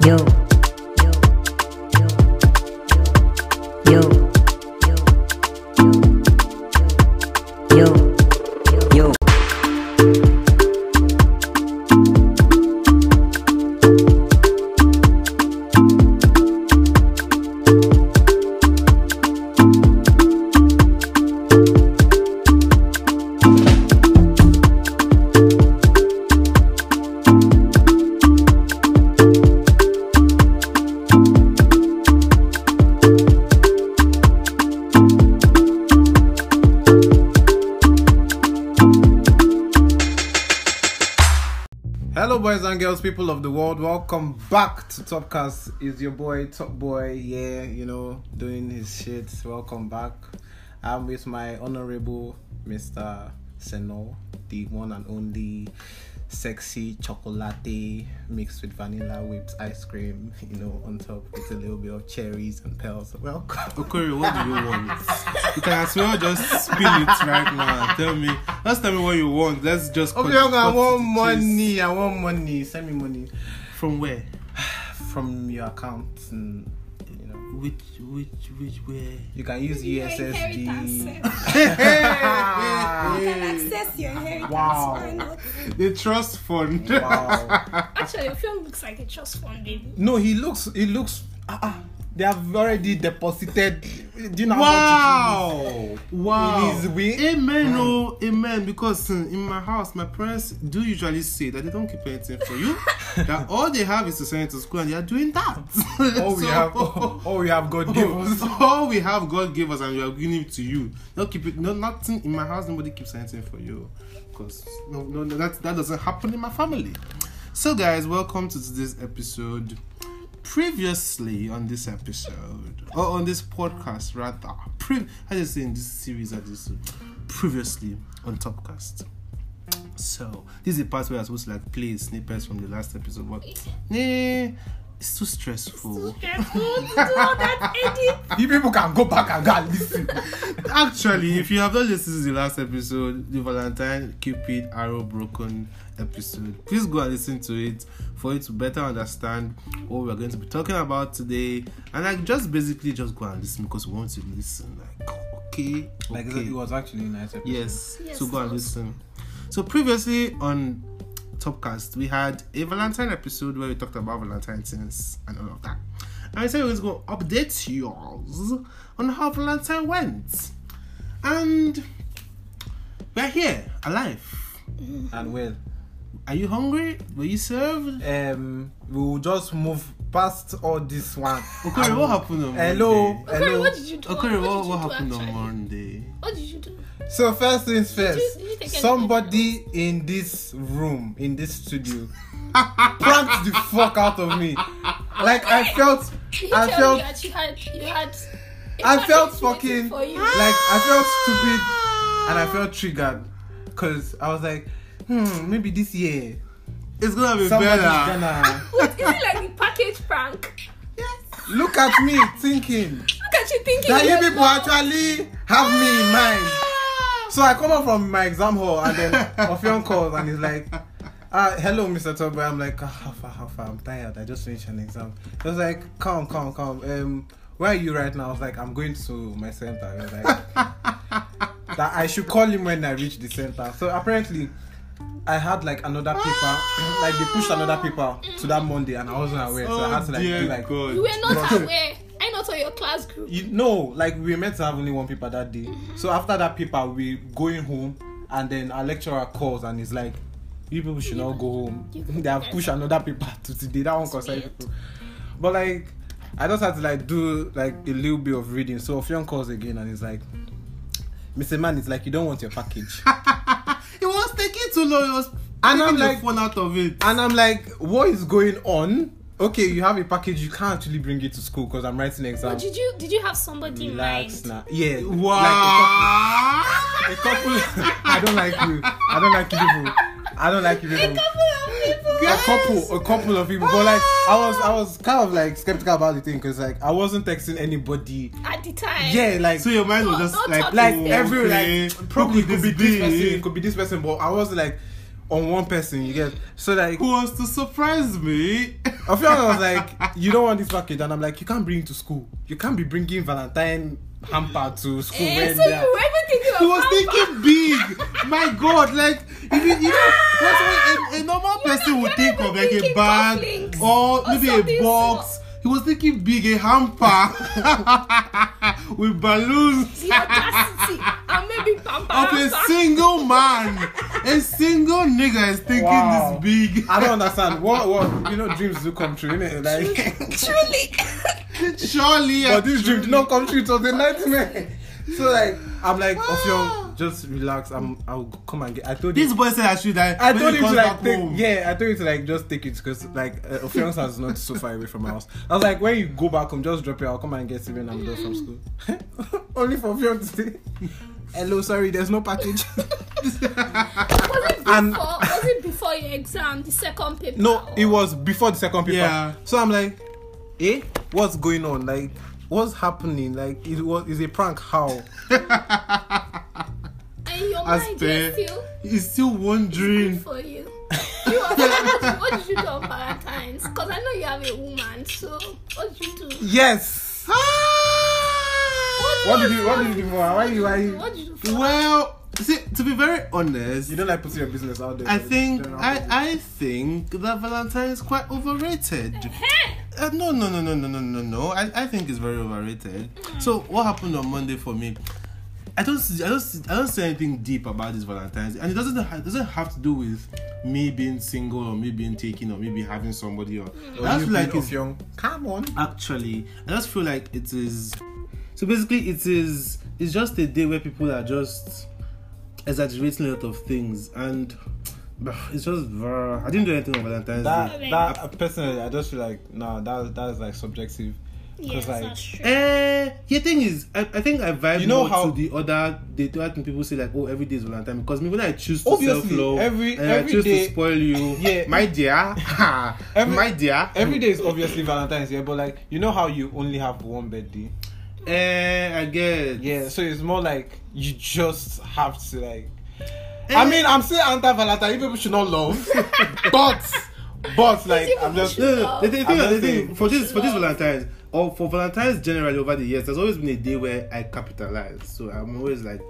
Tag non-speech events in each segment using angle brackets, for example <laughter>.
yo, yo, yo, yo, Hello, boys and girls, people of the world. Welcome back to Topcast. It's your boy, Top Boy. Yeah, you know, doing his shit. Welcome back. I'm with my honorable Mr. Seno, the one and only sexy chocolate mixed with vanilla whipped ice cream, you know, on top with a little bit of cherries and pearls. Welcome. Okori, what do you want? You can as well just spill it right now. Tell me, just tell me what you want. Let's just. cut- Okay, I cut want to the chase. money. I want money. Send me money From where? from your account and, you know. Which, which, which where? You can use E Your inheritance, USSD. <laughs> sir. You can access your inheritance. Wow. why not? The trust fund. <laughs> Wow. Actually, your film looks like a trust fund, baby. no, he looks. He looks. Uh, uh, they have already deposited. Do you know how much Wow! Wow! It is we- Amen, oh, amen. Because uh, in my house, my parents do usually say that they don't keep anything for <laughs> you. that all they have is to send it to school, and they are doing that. it is? All we <laughs> So- have. <laughs> All, we have God gave <laughs> us. All we have, God gave us, and we are giving it to you. Not keep it. No, nothing in my house. Nobody keeps anything for you, because no, no, no, that that doesn't happen in my family. So, guys, welcome to today's episode. Previously on this episode, or on this podcast rather, pre- I just say in this series, I just previously on Topcast. So this is the part where I'm supposed to like play snippets from the last episode, but nah, it's too stressful. Careful to do all that edit. You people can go back and go and listen. Actually, if you have not listened to the last episode, the Valentine Cupid Arrow Broken episode, please go and listen to it for you to better understand what we're going to be talking about today. And like, just basically, just go and listen because we want you to listen. Like, okay, Like okay. it was actually a nice episode. Yes. Yes, So go and of course. listen. So previously on Topcast, we had a Valentine episode where we talked about Valentine things and all of that. And I said we are going to update yours on how Valentine went. And we're here, alive. And well, Are you hungry? Were you served? um, we will just move past all this <laughs> one. Okori, what happened on Hello, Monday? Oh, Corey, hello. Oh, what did you do? Okori, what, what, did what you happened do, on actually? Monday? What did you do? So first things you- first, did you take somebody in this room, in this studio, <laughs> pranked the fuck out of me. Like I felt, He I told felt, you that you had, you had. I felt it's fucking waiting For you. like I felt stupid and I felt triggered because I was like, hmm, maybe this year It's gonna be somebody's better. gonna Wait, is it like the package prank? look at me thinking Look at you thinking. that you're you people wrong. actually have me in mind. So I come out from my exam hall and then Ophion calls and he's like, uh, hello, Mr. Tobo. I'm like, "Ah, how far, how far? I'm tired. I just finished an exam. He was like, come, come, come. Um, where are you right now? I was like, I'm going to my center. He was like, that I should call him when I reach the center. So apparently, I had like another paper, like they pushed another paper to that Monday and I wasn't aware. So I had to like do like, Oh, God. You were not aware. I not on your class group. you know, like we were meant to have only one paper that day. So after that paper, we going home, and then our lecturer calls and he's like, "You people should not go home. <laughs> You they have pushed another paper to today. That one concerns weird. people." But like, I just had to like do like a little bit of reading. So Fion calls again and he's like, "Mr. Man, it's like you don't want your package." It was taking too long. It was And I'm taking the like- phone out of it. And I'm like, what is going on? Okay, you have a package, you can't actually bring it to school because I'm writing But exams. did you did you have somebody in Relax mind? now. Yeah. Like wow. a couple. A couple I don't like you. I don't like you people. I don't like you people. A couple, a couple of people, but like I was, I was kind of like skeptical about the thing because like I wasn't texting anybody. At the time. Yeah, like <laughs> so your mind was No, just don't like talk like Oh, every okay, like probably who could be this person, it could be this person, but I was like, on one person. You get so like Who wants to surprise me? I feel I was like, you don't want this package, and I'm like, you can't bring it to school. You can't be bringing Valentine hamper to school. Eh, when so you they are- ever thinking of He was how thinking big. My God, like if you, you know, that's what a, a normal person not- would you're think not of, even like a thinking bag cufflinks or, or maybe a something box. He was thinking big, a hamper <laughs> with balloons the audacity and maybe pamper Oh, of a single man. A single nigga is thinking Wow. this big. I don't understand. What what you know, dreams do come true, innit? Like, Truly. <laughs> Surely, uh, but this dream did not come true. It was a nightmare. So like, I'm like, Ophion, just relax. I'm I'll come and get. I told this you. boy said I should die. I when told he him to comes like back take, home. yeah, I told him to like just take it because like uh, Ophion house is not so far away from my house. I was like, when you go back home, just drop it. I'll come and get it when I'm done Mm. from school. <laughs> Only for Ophion to stay. Hello, sorry, there's no <laughs> package. Was it And- before? was it before your exam, the second paper? No, or- it was before the second paper. Yeah. So I'm like, eh, what's going on? Like, what's happening? Like, it was is a prank? How? And your As mind per- is still He's still good wondering. for you. You are like, what did you do on Valentine's? Because I know you have a woman, so what did you do? Yes. What did you What did you do for? her? Why you Why you? What did you do? for- Ah! Well, see, to be very honest, You don't like putting your business out there. I for the think general I, public. I think that Valentine is quite overrated. Hey! Uh, no no no no no no no no. I, I think it's very overrated. So what happened on Monday for me? I don't see, I don't see, I don't see anything deep about this Valentine's, and it doesn't ha- doesn't have to do with me being single or me being taken or me be having somebody or Or that's you like being it's, of young. Come on. actually i just feel like it is so basically it is it's just a day where people are just exaggerating a lot of things and bah, it's just brr. i didn't do anything on valentine's That Okay. that uh, personally, I just feel like no, that that is like subjective. Yes, like- that's true. day uh, the thing is I, I think I vibe You know more how- to the other the other thing people say like oh every day is Valentine because me when I choose to Obviously, self-love every- and I every choose day- to spoil you Yeah. my dear <laughs> Every- my dear Every day is obviously Valentine's Day, but like you know how you only have one birthday. uh, I guess Yeah, so it's more like you just have to like. Eh. I mean, I'm still anti Valentine. You people should not <laughs> love, but but like people I'm just should- No, no, the, the thing, I'm the just thing saying. for this for this Valentine's or for Valentine's generally over the years, there's always been a day where I capitalize. So I'm always like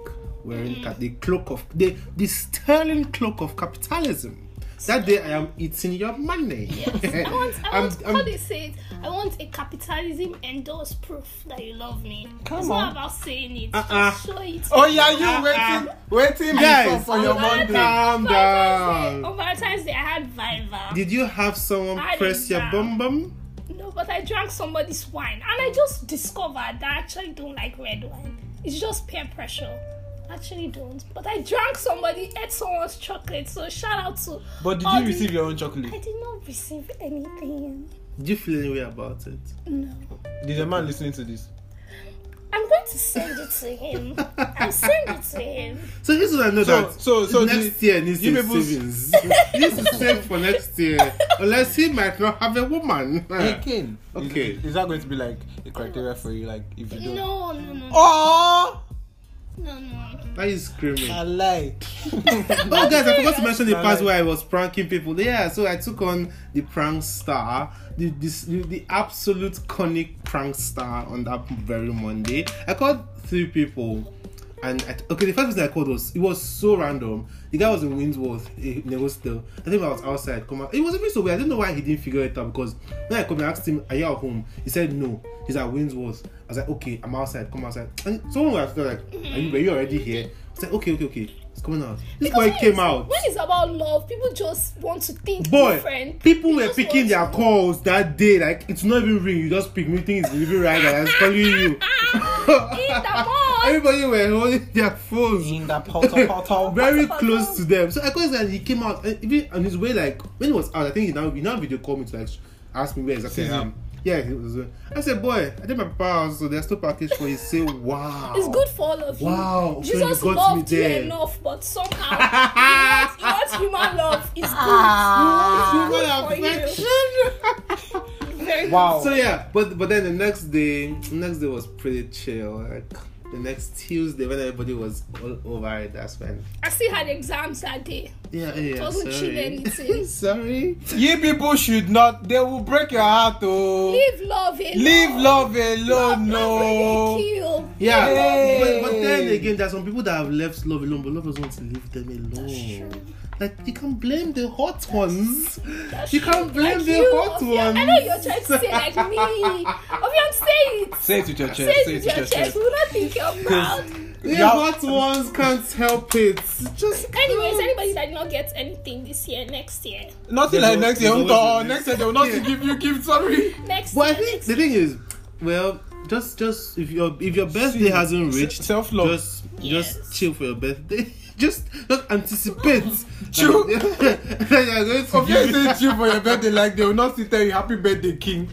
wearing Mm. ca- the cloak of the the sterling cloak of capitalism. That day I am eating your money. <laughs> I want, I I'm- want, I'm- how do you say it? I want a capitalism endorsed proof that you love me. Come it's on. not about saying it, Uh-uh. just show it. oh yeah, you Uh-uh. waiting waiting Guys, before for your I'm Monday. not- calm Valentine's Day, down. on Valentine's Day, I had Viva. Did you have someone I press did your that. bum bum? No, but I drank somebody's wine, and I just discovered that I actually don't like red wine. It's just peer pressure. Actually, don't. But I drank somebody, ate someone's chocolate. So shout out to. But did all you the- receive your own I chocolate? did not receive anything. Did you feel any way about it? No. Did a man listening to this? I'm going to send it to him. <laughs> I'll send it to him. So here's what I know So- that so- so next the- year needs you some people- <laughs> savings. this is saved for next year, unless he might not have a woman. Again, Okay. Is, is that going to be like a criteria for you? Like if you don't. No, no, no. Oh, No, no. Why are you screaming? I lie. Oh, guys, I forgot to mention the Nah, part nah. where I was pranking people. Yeah, so I took on the prank star, the this, the, the absolute conic prank star on that very Monday. I called three people, and I, okay, the first person I called was it was so random. The guy was in Winsworth eh, in a hostel. I think I was outside. Come out. It was even so weird. I didn't know why he didn't figure it out because when I come and asked him, "Are you at home?" He said no. He's at Winsworth. I was like, "Okay, I'm outside. Come outside." And someone was like, "Are you, were you already here?" I said, "Okay, okay, okay." He's coming out. This boy when came it's- out When it's about love, people just want to think boy different. people were just picking want- their calls that day like it's not even ring you just pick me think it's living right and i was calling <laughs> you Ah! In the mall. everybody were holding their phones In the potter potter. <laughs> very close to them so i called and he came out and even on his way like when he was out i think he now he now video called me to like ask me where exactly See i you. am yeah he was, eh. i said boy i did my papa house so there's still package for you say wow It's good for all of you. Wow, so you Jesus got me loved you there. enough, but somehow you, want, you want human love. It's Ah. <laughs> good. Human Good for you. <laughs> affection. Very <laughs> good. Wow. So yeah, but but then the next day, next day was pretty chill. Like the next Tuesday, when everybody was all over it, that's when. I still had exams that day. Yeah, yeah. Doesn't sorry. <laughs> cheat anything. sorry. You people should not. They will break your heart, oh. Leave love alone. Leave love alone, Love no. will kill. Yeah, Yay. but, but then again, there are some people that have left love alone, but lovers want to leave them alone. true. Like you can blame the hot ones. That's you true. can't blame Like the you, hot Ophir. ones. I know you're trying to <laughs> say like me. Ophir, say it. Say it with your chest. Say it with your chest. We will not think your <laughs> mouth. The Yeah. hot ones can't help it. Just Anyways, anybody that did not get anything this year, next year, Nothing There like was- next year. there Uncle, was a oh, next- next year they will <laughs> not give you gift. Sorry. next Well, I year, think next the thing is, well, just just if your if your birthday See, hasn't se- reached, self-love. Just Yes. just chill for your birthday. <laughs> Just just anticipate. <laughs> Chill. <laughs> Like, you're going to Of you give it- say you for your birthday, like they will not still tell you happy birthday, King.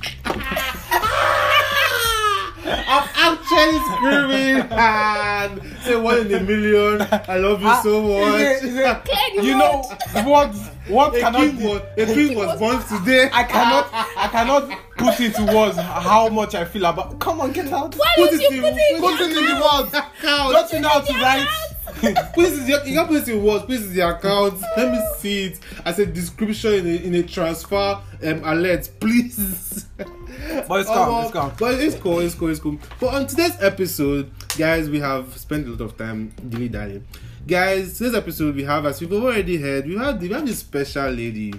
I'm actually screaming and say one in a million. I love Ah, you so much. Ah, Is it- is it- Clear the <laughs> you know road. what? What A cannot? king, be- was, a king was born today. I cannot. I cannot put into words how much I feel about. Come on, get out. Why Put did it you in- put it? Put it in the <laughs> words. Don't you know how to write? <laughs> Put this in your, you can put this in words, put this in the account. <laughs> Let me see it. I said description in a, in a transfer um, alert, please. <laughs> Um, But it's calm, it's calm. But it's cool, it's cool, it's cool. But on today's episode, guys, we have spent a lot of time dilly dally. Guys, today's episode we have, as you've already heard, we have we have this special lady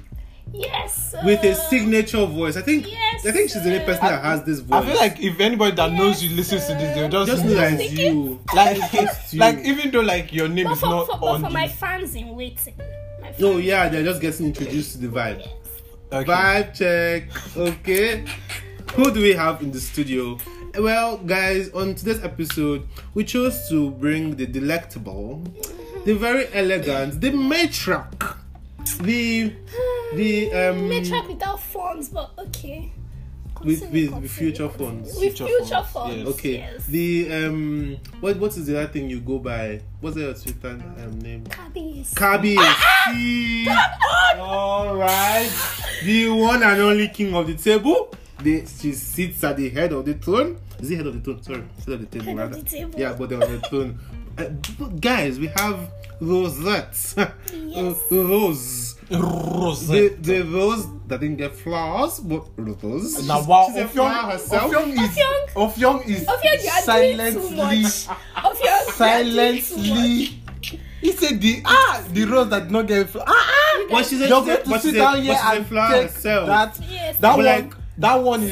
Yes. with a uh, signature voice. I think Yes, I think she's the only person I- that has this voice. I feel like if anybody that knows you listens to this, they'll just, just know that it's Thank you. like you. like even though like your name But is for, not for, but on for the my fans in waiting. My fans. Oh yeah, they're just getting introduced to the vibe. Okay. Vibe check. Okay. Who do we have in the studio? Well, guys, on today's episode, we chose to bring the delectable, the very elegant, the matriarch, the the um Matriarch without phones, but okay. with with, Continue, continue. with future funds. With Future future, phones, phones. yes. Okay. Yes. The um what what is the other thing you go by? What's your Twitter um, name? Cabbies. Kabi. Ah, All right. The one and only king of the table. The, she sits at the head of the throne. Is it head of the throne? Sorry, head of the table. Head of rather. the table. Yeah, but they're on the <laughs> throne. Uh, but guys, we have <laughs> Rosette. Yes. Rose. Rose. The, the rose that didn't get flowers, but rose. now, She's- wow, she's a flower Ofyong, herself. Ofyong is Ofyong. Ofyong is Of you are doing too silently much. Of you are doing too much. silently. He said the ah the rose that did not get fl- ah ah. But she's a, You're she's going a, to sit but she's a, down but here she's a and flower take herself. that Yes. that But one like, that one is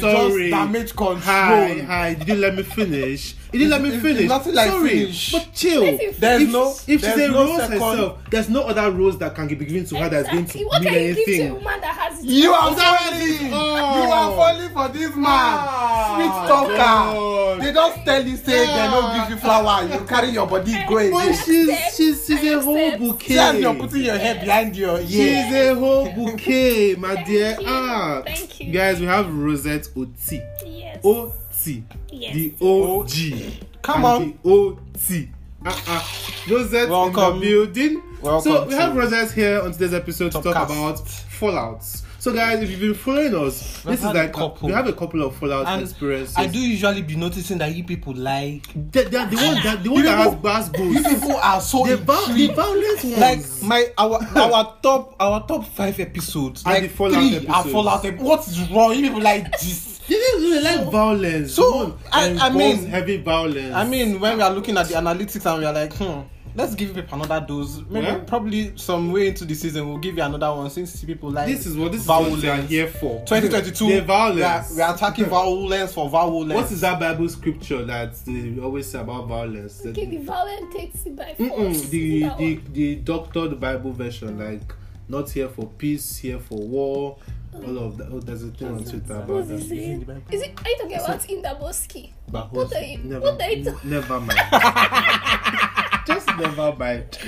just Sorry. damage control. Hi, hi. You didn't let me finish. You didn't let me It's- it's finish. nothing like Sorry, finish. but chill. Let him There's if, no- if she's there's a no rose second- herself, there's no other rose that can be given to her that's going to Exactly. What mean can you give to a anything. woman that has it? You are Is that what it is? falling. Oh. You are falling for this man. Ah, Sweet God. Ah. talker. They just tell you say they don't give you flower. You carry your body go But again. she's she's she's I a whole accept. bouquet. Yes, you're putting your hair behind your ear. She's a whole bouquet, my dear. you. Ah, Thank you. guys, we have Rosette Oti, Yes. Oh. Oti, Yes. the OG. Come and on. the OT. Uh-uh. Rosette Welcome. in the building. Welcome so we have to- Rosette here on today's episode to talk Topcast. about fallouts. So guys, if you've been following us, We've this is had a like uh, couple. we have a couple of fallout experiences. usually be noticing that you people like The, the, the one that the one You that has people- bass you boats. people are so The, val- the intrigued. violent ones. like my our <laughs> our top our top five episodes Are like the fallout three are episodes. fallout episodes. What is wrong? You people like this. they didn't really like violence. So, One I- I involves mean- heavy violence. I mean, when we are looking at the analytics and we are like, hmm, let's give people another dose. Maybe Yeah. probably some way into the season we'll give you another one since people like this is what this is what we are violence. here for. 2022. The We are, violence. we are <laughs> attacking violence for violence. What is that Bible scripture that they always say about violence? That- Okay, the violent takes it by force. Mm-mm, the, That the one. the doctored Bible version, like not here for peace, here for war, all of that. Oh, there's a thing on Twitter about What's he that. saying? Is it? Are you talking about Indaboski? But What who's- are you- never, what are you n- talking- never mind. <laughs> Just never mind.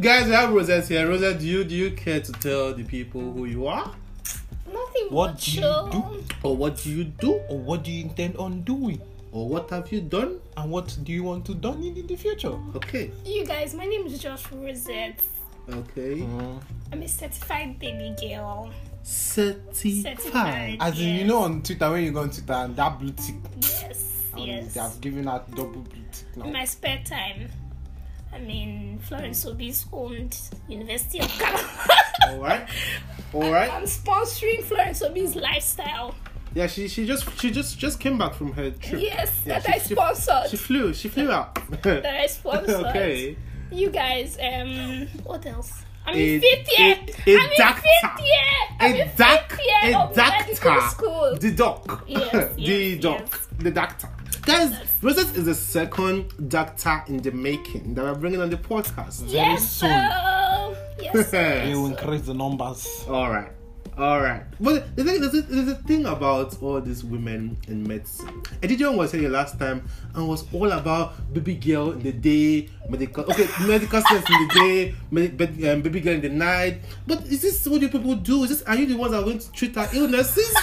Guys, we have Rosette here. Rosette, do you do you care to tell the people who you are, Nothing. What much, do you um, do? or what do you do, Or what do you intend on doing? or what have you done? And what do you want to do in, in the future? Okay, You guys, my name is Josh Rosette. okay. Mm-hmm. I'm a certified baby girl. Certified. Certified. As in, you Yes. know, on Twitter, when you go on Twitter and that blue tick, Yes, and yes. they have given out double blue tick now. In my spare time, I mean, Florence Obi's owned University <laughs> of Ghana. Alright. Alright. I'm sponsoring Florence Obi's lifestyle. Yeah, she she just she just just came back from her trip. Yes, Yeah, that I she- sponsored. She flew. She flew out. <laughs> that I sponsored. okay. You guys, um, what else? I'm A- in fifth year. a- a I'm doctor. in fifth year. I'm in A doc. fifth year A of medical doctor. school. <laughs> The doc. Yes, the yes, doc. yes. The doctor. Guys, Rosette is the second doctor in the making that we're bringing on the podcast. <laughs> yes, soon. sir. yes. It sir. will increase the numbers. All right. All right. But the thing, there's, a, there's a thing about all these women in medicine. Edition was here last time and was all about baby girl in the day, medical okay, medical sense in the day, med, bed- um, baby girl in the night. But is this what you people do? Is this are you the ones that are going to treat our <laughs> illnesses?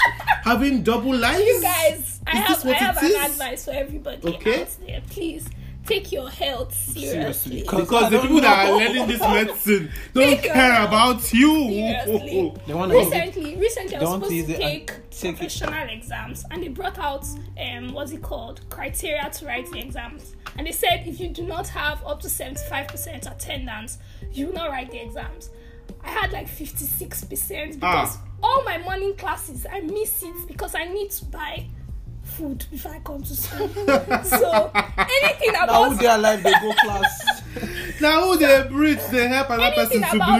Having double lives? You guys, I Is this have, I what have it an is? advice for everybody Okay. out there. Please take your health seriously. Seriously. I because the don't people that are know. learning this medicine don't Take your care health about you. seriously. They want to Recently, recently I was Don't supposed use to it and take take it. professional exams, and they brought out um, what's it called criteria to write the exams, and they said if you do not have up to seventy five percent attendance, you will not write the exams. I had like fifty six percent because Ah. all my morning classes I miss it because I need to buy food before I come <laughs> to school. so anything <laughs> Now about they are like they go class. <laughs> Now who they breathe, they help another person anything to about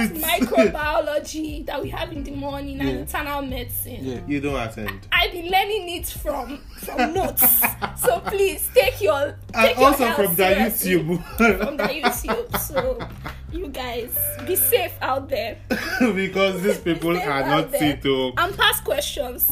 breathe. microbiology that we have in the morning and Yeah. internal medicine. Yeah. you don't attend. I've been learning it from <laughs> from notes. so please take your and take your also health from that seriously. from <laughs> the YouTube. YouTube. So you guys be safe out there. because these people Be safe are out not there. Tito. And pass questions.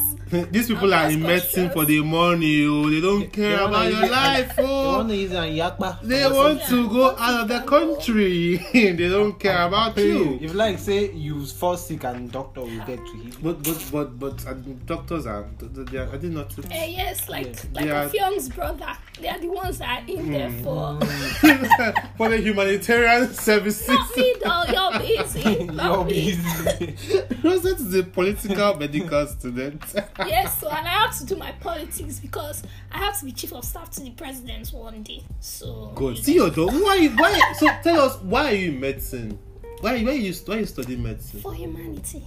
These people are ask in medicine questions. for the money. Oh, they don't care wanna about use your it- <laughs> life. They Oh, want to use it and yakpa. they want to Yeah. go out of the country. <laughs> they don't care about you. If like say you fall sick and doctor will get to heal. But but but but uh, doctors are. They are I did not. Eh, yes, like like They are- Mm. Afyong's brother. They are the ones that are in there for <laughs> for the humanitarian services. <laughs> not me though, you're busy. You'll Not be me. easy. Rosette is a political medical student. <laughs> Yes, so and I have to do my politics because I have to be chief of staff to the president one day. So Good. See your dog. Why? Why? So tell us why are you in medicine? Why? Why you? Why you study medicine? for humanity.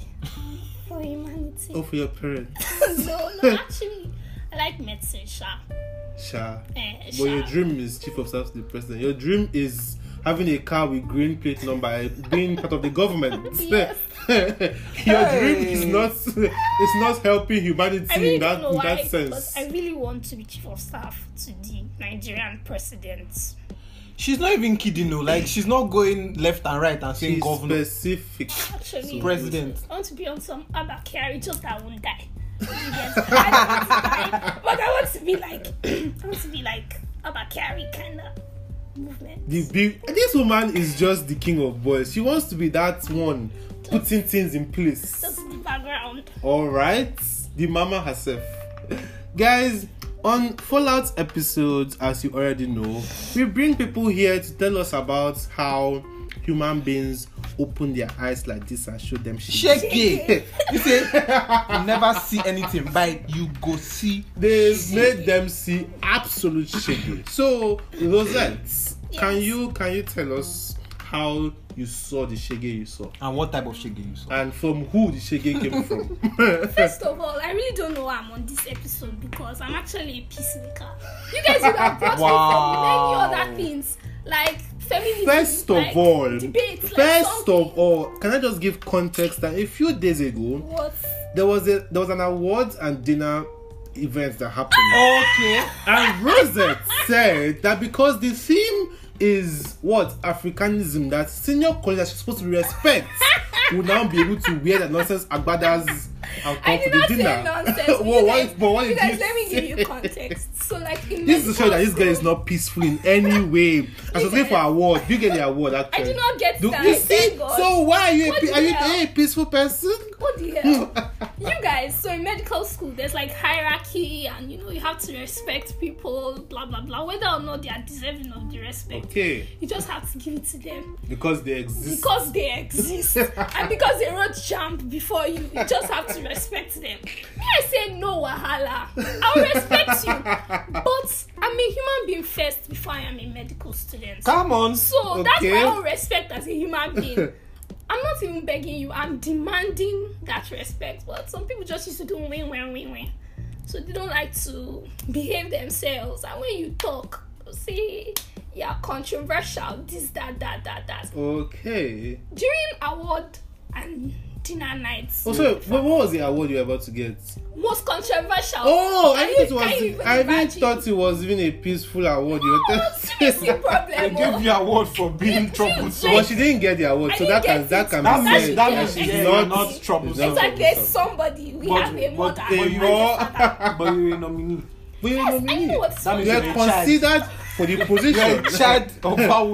For humanity. Oh, for your parents. <laughs> no, no, actually, I like medicine, sha. Sha. Eh, But your sha. dream is chief of staff to the president. Your dream is having a car with green plate number, eh, being part of the government. <laughs> Yes. <laughs> your dream Hey. is not it's not helping humanity I really in that don't know in why, that but sense. I really want to be chief of staff to the Nigerian president. <laughs> she's not even kidding no. Like she's not going left and right and saying She's governor. specific. Actually, President. I want to be on some other carry, just that I won't die. Yes, I don't want to die, but I want to be like, <clears throat> I want to be like Abakari kind of movement. The big this woman is just the king of boys. She wants to be that one putting things in place. Just the background. All right, the mama herself. Guys, on Fallout episodes, as you already know, we bring people here to tell us about how human beings open their eyes like this and show them shit. Shake it. You say you never see anything, but you go see. They made them see absolute shit. So, Rosette, can you can you tell us how you saw the shege you saw And what type of shake you saw? and from who the shege came from? First of all, I really don't know why I'm on this episode because I'm actually a peacemaker. You guys would have brought Wow. me from many other things like feminism. First of like all, debates, like first something. of all, can I just give context that a few days ago what? there was a there was an awards and dinner event that Oh. happened, Okay. and Rosette said that because the theme is what Africanism, that senior colleagues that she's supposed to <laughs> respect will now be able to wear the nonsense agbadas and I come for did the not say dinner. <laughs> nonsense. Whoa, what- you guys, but what you did guys you let me give say? you <laughs> context. So, like, in This is to show that this medical girl is school- not peaceful in any way. As was looking for award, you get the award I actually. do not get Do- that. you see? Thank God. So why are you a, What pe- the are you hell? a peaceful person? <laughs> What the hell? you guys, so in medical school, there's like hierarchy, and you know, you have to respect people, blah blah blah, whether or not they are deserving of the respect. Okay, You just have to give it to them because they exist. <laughs> because they exist and because they wrote jump before you. You just have to respect them. Me, I say no wahala. I'll respect you, but I'm a human being first before I am a medical student. Come on. So that's my own respect as a human being. I'm not even begging you, I'm demanding that respect. But some people just used to do win, win, win, win. So they don't like to behave themselves. And when you talk, you see, you're controversial, this, that, that, that, that. Okay. During award and dinner nights, Also, Oh, what was the award you were about to get? most controversial. Oh, I Can didn't you- thought can you it was. even I even imagine? thought it was even a peaceful award. You were <laughs> Oh, seriously, They problem. oh. gave you award for being Wait. troublesome. but she didn't get the award, I so didn't that can get that it. can That be means- said. that means It's you're not it's troublesome. Exactly, there's somebody. We But- have a but mother. they and a were- father. but you were a nominee. Wait, wait, Yes, wait, I wait. know That what's that means You You're are a child. considered for the You're a position. child of our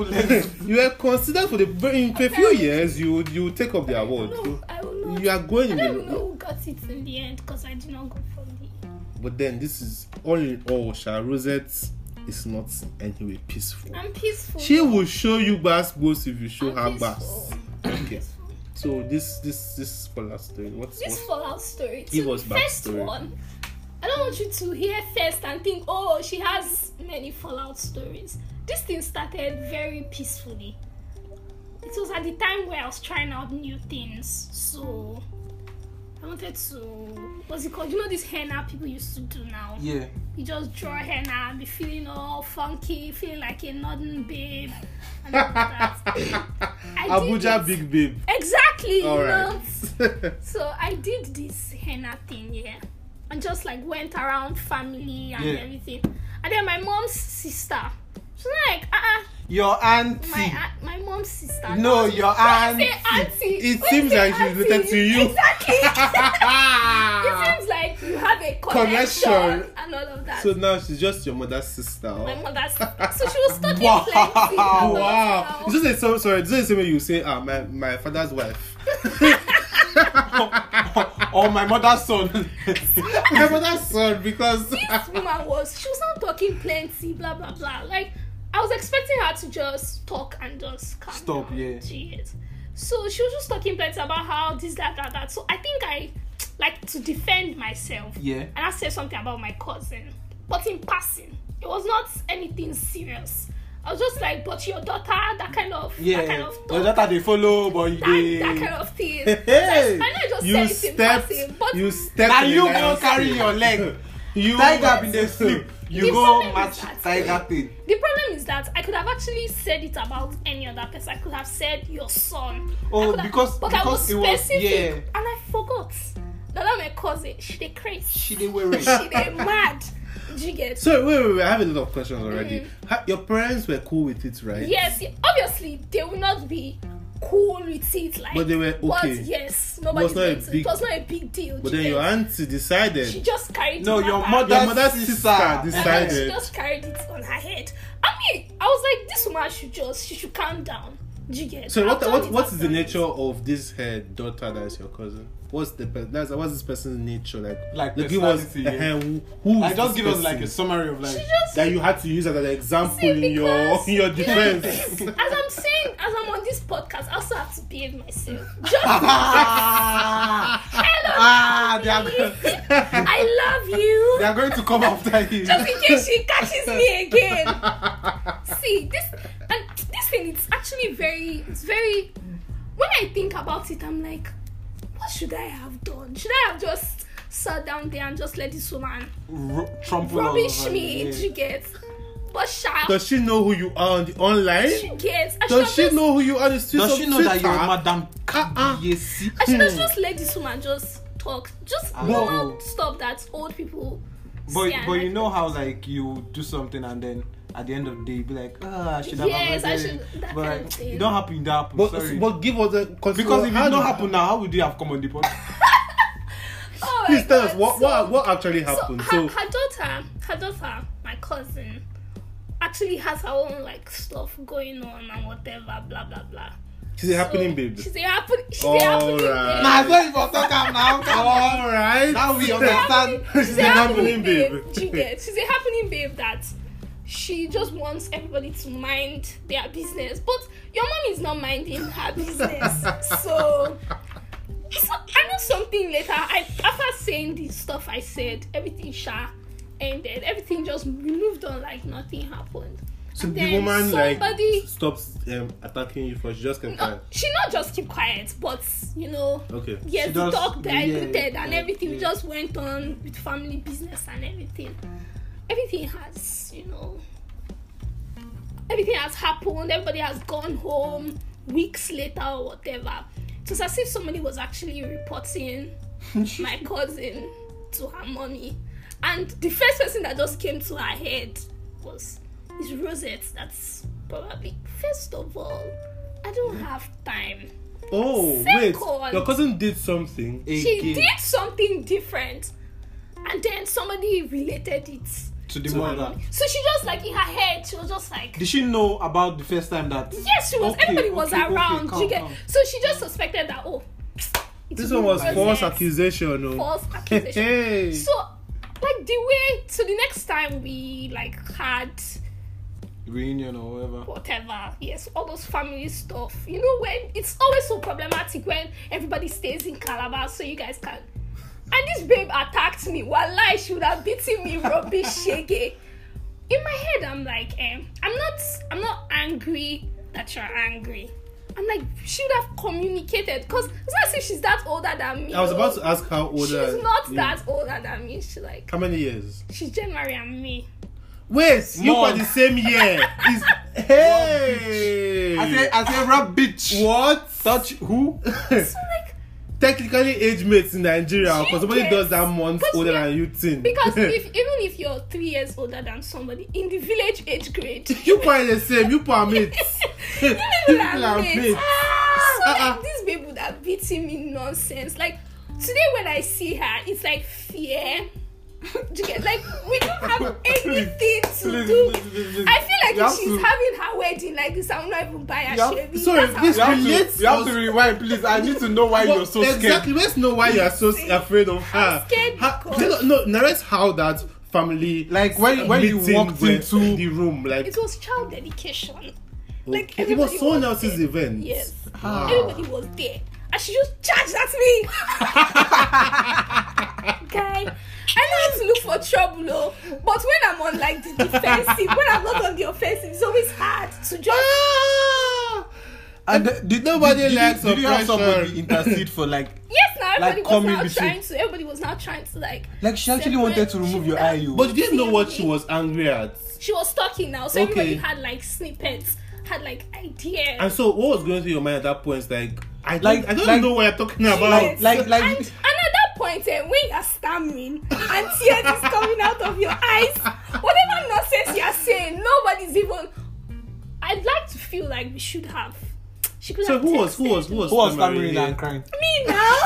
You were considered for the very in a few years you would you would take up the award. No, I will not. You are going I in don't the know who got it in the end because I did not go for the. but then this is all in all Sha Rosette is not in any way peaceful. I'm peaceful. She will show you bass goes if you show I'm her peaceful. bass. Okay. So this this this Fallout story. What's This what's- Fallout story. Give so us the first backstory. one. I don't want you to hear first and think, oh, she has many Fallout stories. This thing started very peacefully. It was at the time where I was trying out new things, so I wanted to. What's it called? You know this henna people used to do now. Yeah. you just draw henna and be feeling all funky, feeling like a northern babe. <laughs> And all that. <laughs> I did Abuja it. Big Babe. Exactly. All you right. know? So I did this henna thing, yeah, and just like went around family and Yeah. everything. And then my mom's sister, she's like, uh-uh, Your auntie. my aunt- my mom's sister. no, Don't- your don't auntie. say auntie. It Don't seems say like she's related auntie. to you. <laughs> <laughs> Exactly. it seems like you have a connection, Connection. and all of that. so now she's just your mother's sister. my oh. <laughs> mother's so she was studying Wow. plenty. Wow. Wow. It's just the same sorry, it's just the same way you say ah my, my father's wife. or my mother's son. my mother's son because this woman was she was not talking plenty, blah blah blah. Like I was expecting her to just talk and just calm Stop, down. yeah. She is. So she was just talking plenty about how this, that, that, that. So I think I like to defend myself. Yeah. And I said something about my cousin. But in passing. It was not anything serious. I was just like, but your daughter, that kind of Yeah. that kind of Your talk. daughter they follow, but that, they. that kind of thing. <laughs> Hey, So I, I know I just you said it in stepped passing, but you stepped Now in the you go lion's carry tail. your leg. you tiger been dey sleep. The You go problem is match that- tiger thing. the problem is that I could have actually said it about any other person. I could have said your son. I Oh, could have- because- but I because was it was- specific, yeah. and I forgot. Now that my cousin, she dey crazy, She didn't wear it. she <laughs> dey mad. Do you <laughs> get? So wait, wait, wait, I have a lot of questions already. Ha- Your parents were cool with it, right? yes, yeah, obviously they will not be cool with it. Like, But they were But okay. yes, nobody not a it. big- it was not a big deal. But do then you your get? auntie decided. she just carried. No, it your back. mother- your mother's That's sister sister. She decided. just carried it on her head. I mean, I was like, this woman should just she should calm down. Do you get? So I've what done what it, what I've is the done it. nature of this her daughter that is your cousin? What's the pe- that's what's this person's nature like? Like give us personality, yeah. uh, who, who Like is just this give us like a person summary of like. She just that you had to use as an example See, in your <laughs> because- in your <laughs> defense. as I'm saying, as I'm on this podcast, I also have to behave <laughs> myself. Just ah, they are, go- I love they you. are going to come after you. Just in case she catches me again. See this and this thing. It's actually very. It's very. When I think about it, I'm like, what should I have done? Should I have just sat down there and just let this woman Ru- trample all rubbish over me? you, Do you get? But sharp. Does she know who you are on the online? she get? I should Does have she just- know who you are on the streets Does of she know that you're Twitter? Madame Uh-uh. Kabiesi? I should have just let this woman just talk. Just Hmm. Ah. normal No. stuff that old people But see and but you like- know how like you do something and then at the end of the day you be like, ah, I should have Yes, I avoided should- it." that But kind like, of thing. it don't happen. It don't happen. But sorry. but give us the because if it how don't do- happen now, how would you have come on the podcast? Oh my Please tell us God, what so- what what actually so happened. her, her daughter, her daughter, my cousin, actually has her own like stuff going on and whatever, blah blah blah. she's a So, happening babe. She's a happen. She dey All happening right. babe. Nah, so you for talk am now. Come on. All right. Now we She's a understand. happening- She's a happening babe. <laughs> She babe. get. She's a happening babe that she just wants everybody to mind their business. But your mom is not minding her <laughs> business. so, so I know something later. I after saying the stuff I said, everything sha ended. Everything just we moved on like nothing happened. So And the then woman somebody- like stops um, attacking you for she just kept No, quiet. she not just keep quiet, but you know Okay. Yes, She the just- dog diluted yeah, and yeah, everything yeah. just went on with family business and everything. Everything has, you know, everything has happened. Everybody has gone home weeks later or whatever. It was as if somebody was <laughs> actually reporting my cousin to her mommy. And the first person that just came to her head was is Rosette. That's probably first of all, I don't Mm. have time. Oh wait, Second. your cousin did something. she Again. did something different and then somebody related it to the To mother. so she just like in her head she was just like Did she know about the first time that? yes she was Okay, everybody was okay, okay, around calm, she get, calm. so she just suspected that oh it This will one be was false Rosette's accusation. No. false accusation <laughs> <laughs> Hey. so like the way so the next time we like had Reunion or whatever. whatever yes all those family stuff you know when it's always so problematic when everybody stays in calabar so you guys can and this babe attacked me wallahi she would have beaten me rubbish <laughs> shege in my head i'm like eh, i'm not i'm not angry that you're angry i'm like she would have communicated because it's not as if she's that older than me I was about to ask how old. she's are- not you- that older than me she like How many years? she's january and me Wait, you Mug. were the same year. It's- hey. I say, I say, rap bitch. what? Touch who? <laughs> so like Technically, age mates in Nigeria because somebody Yes. does that month Because older we are- than you think. <laughs> Because if even if you're three years older than somebody in the village age grade, <laughs> you are the same, you are mates. you You people are are mates. mates. So Ah, ah. like, these people that beating me nonsense. Like today when I see her, it's like fear. <laughs> Do you get like we don't have anything to Please, do. please, please, please. I feel like You if have she's to- having her wedding like this, I'm not even buying You a have- shaving. sorry, That's how- this You have, Relates to, you have us- to rewind, please. I need to know why Well, you're so Exactly. scared. Let's know why you are so s- afraid of her. scared How- because- no, no, narrate how that family Like when when you meeting walked went into the room. Like It was child dedication. like okay, it was everybody someone was else's there. event. Yes. Ah. Wow. Everybody was there. And she just charged at <laughs> me. Guy, I know how to look for trouble, oh, but when I'm on like the defensive, when I'm not on the offensive, it's always hard to <gasps> just. Ah! And the- did Nobody did, did, likes Did you have oppression. somebody intercede for like, Yes, now Like, everybody come in was now between. trying to. Everybody was now trying to like. like she actually separate- wanted to remove she- your eye? You. But you didn't know what she Seriously. was angry at. She was talking now, so Okay. everybody had like snippets, had like ideas. And so, what was going through your mind at that point? Like, I don't, Like- I don't like- know what you're talking Yes. about. like- like- like- and, and at that point eh, when you're stammering and tears is coming out of your eyes whatever nonsense you're saying nobody's even i'd like to feel like we should have she could so have who was who texted was who was who was stammering stammering and here? crying? me now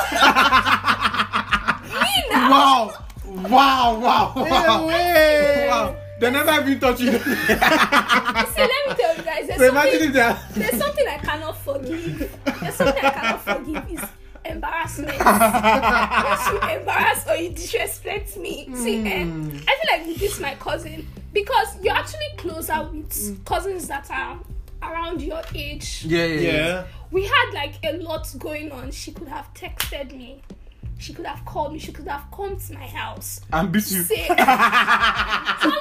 <laughs> me now Wow! Wow! <laughs> Wow! Wow! Hey, wow. They never even touch you. <laughs> see let me tell you guys eh, there's Imagine if something, they are. there's something i cannot forgive there's something i cannot forgive is embarrassment once you embarrass or you disrespect me see eh, Hmm. i feel like with this my cousin because you're actually closer with cousins that are around your age Yeah, yeah, Yeah. we had like a lot going on she could have texted me she could have called me she could have come to my house And beat you. <laughs> say I'm like, I'm not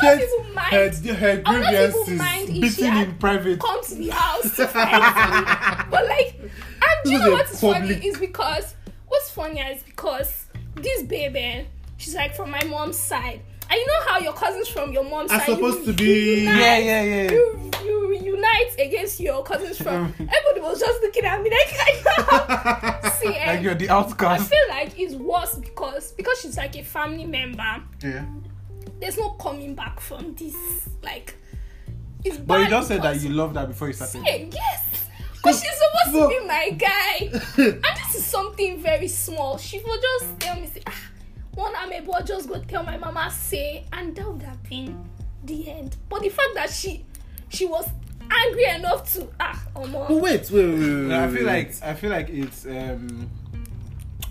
Communicate even mind. her, her I'm not even grievances. mind if she Beating had in private. come to the house to fight me. But like, and do you This know is a what's public- funny is because what's funny is because this baby, she's like from my mom's side. And you know how your cousins from your mom's Are side you- supposed to you be- unite- Yeah, yeah, yeah. You, you unite against your cousins from. Everybody was just looking at me like, <laughs> I know. See, eh, Like you're the I outcast. feel like it's worse because because she's like a family member. Yeah. There's no coming back from this. Like, it's But you bad just said that because- you loved her before you started. Hey, yes. Because she's supposed to be <laughs> my guy. and this is something very small. She will just tell me, say, ah, one arm boy just go tell my mama, say, and that would have been the end. But the fact that she she was angry enough to ah omo. But wait, wait, wait, wait, No, I feel wait. like I feel like it's um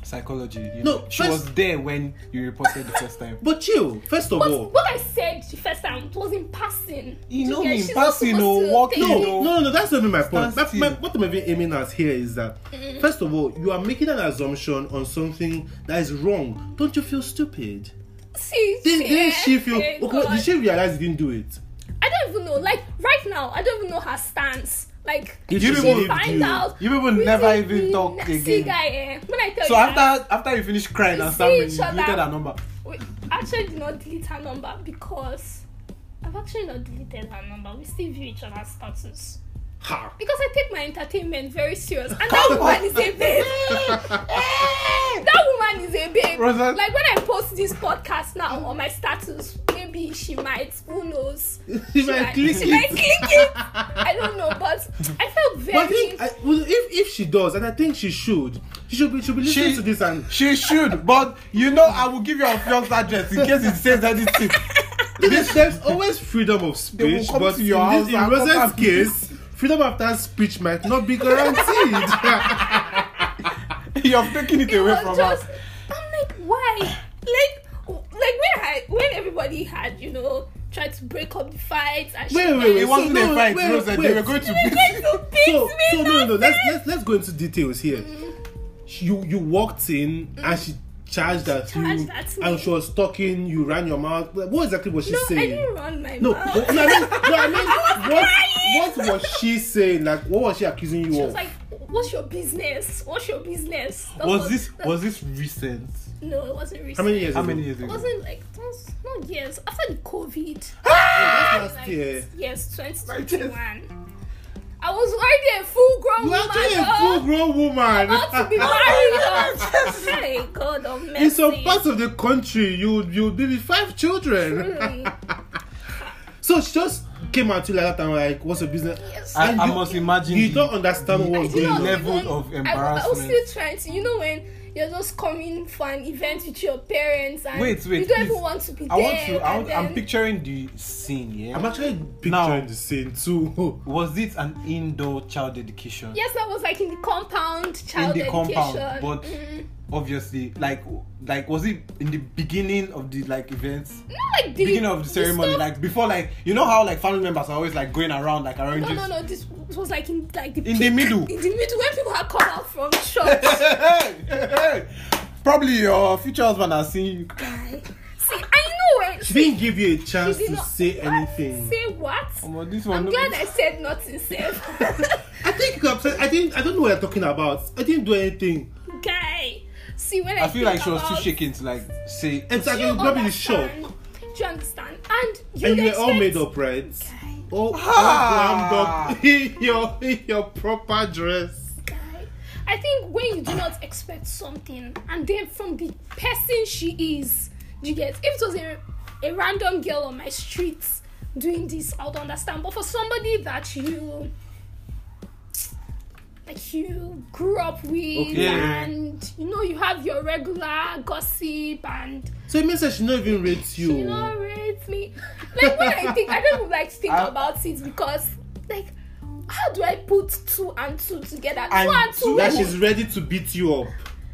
psychology. You No, know? she first- was there when you reported the first time. But chill. First of all, What, what I said the first time was in passing. You Do know get- me, in she's not passing, supposed oh, to walking, take no, it. know. no, no, no, that's not even my Stand point. That's my, still. what I'm even aiming at here is that, first of all, you are making an assumption on something that is wrong. Don't you feel stupid? See, Did, see, didn't she eh, feel? eh, Okay, God. did she realize you didn't do it? I don't even know. Like right now, I don't even know her stance. Like You she people will need find you. out. You people We never see- even we talk na- See, again. guy, eh, when I tell So you, after after you finish crying We and see stammering, you each other. deleted her number. we actually did not delete her number because I've actually not deleted her number. We still view each other's status. Ha! Because I take my entertainment very serious, and that <laughs> woman is a babe. Eh, that woman is a babe. Rosa- Like when I post this podcast now on my status, maybe she might. Who knows? She might click She it. might click <laughs> it. I don't know, but I felt very. But I think I, well, if if she does, and I think she should, she should be should be listening She- to this and She should, but you know I will give you a fiance address in case it says anything. <laughs> this, there's always freedom of will speech, come but to your in, house this, in and come Rose's and- case, freedom after speech might not be <laughs> guaranteed. You're taking it away was from just, her. I'm like, why? Like, w- like when I when everybody had you know tried to break up the fights and Wait, shit, wait, wait, It wasn't So, a no, fight, wait, Rosa. They wait. were going to they were be. going to beat so, me. so no, no, no. that's Let's let's let's go into details here. You you walked in and she charged at you, charged at me. and she was talking. You ran your mouth. What exactly was she no, I saying? didn't run my No, mouth. but- no, I mean, no, I mean, <laughs> I what, what was she saying? Like, what was she accusing you She of? was like, "What's your business? What's your business?" That Was this that- was this recent? No, it wasn't recent. How many years? How ago? many years It ago? wasn't like it was not years after the COVID. Last like, year. Yes, 2021. I was already a full grown You woman. actually a though. full-grown woman. about <laughs> to be married. Hey God, oh mercy. In some parts of the country, you would you would be with five children. Really? So she just came at you like that and like, what's your business? Yes. I, And I you- must imagine. You the- don't understand what I was did going not on. level even- of I was- I was still embarrassment. trying to, you know, when you're just coming for an event with your parents and Wait, wait. you don't please. even want to be I there. want to. I and want, I'm then- picturing the scene. Yeah. I'm actually picturing Now- the scene too. <laughs> was it an indoor child education? Yes, that was like in the compound in child the compound, education. but Mm. obviously, like, like was it in the beginning of the like events? not like the beginning of the ceremony, stuff- like before, like you know how like family members are always like going around like No, arranging. no, no. This was like in like the In the <laughs> middle. in the middle when people had come out from <laughs> church. Probably your future husband has seen you. See, I know when She didn't give you a She chance did to not- say what? anything. Say what? Omo, Oh, this I'm one. glad I said <laughs> nothing, Seth. I think you upset. I didn't. I don't know what you're talking about. I didn't do anything. Guy, see when I, I feel like she was too about- shaken to like say. Exactly. Do you Probably the shock. understand? Do you understand? And you And you were all expect- made up, right? Guy, All, all Ah. glammed up <laughs> in your in your proper dress. guy. I think when you do not expect something, and then from the person she is, do you get? If it was a, a random girl on my street doing this, I would understand. But for somebody that you. Like you grew up with, Okay. and you know you have your regular gossip and So it means that she not even rates you. She not rates me. Like when I think, I don't even like to think I- about it because, like, how do I put two and two together? And two and two. two- that she's ready to beat you up.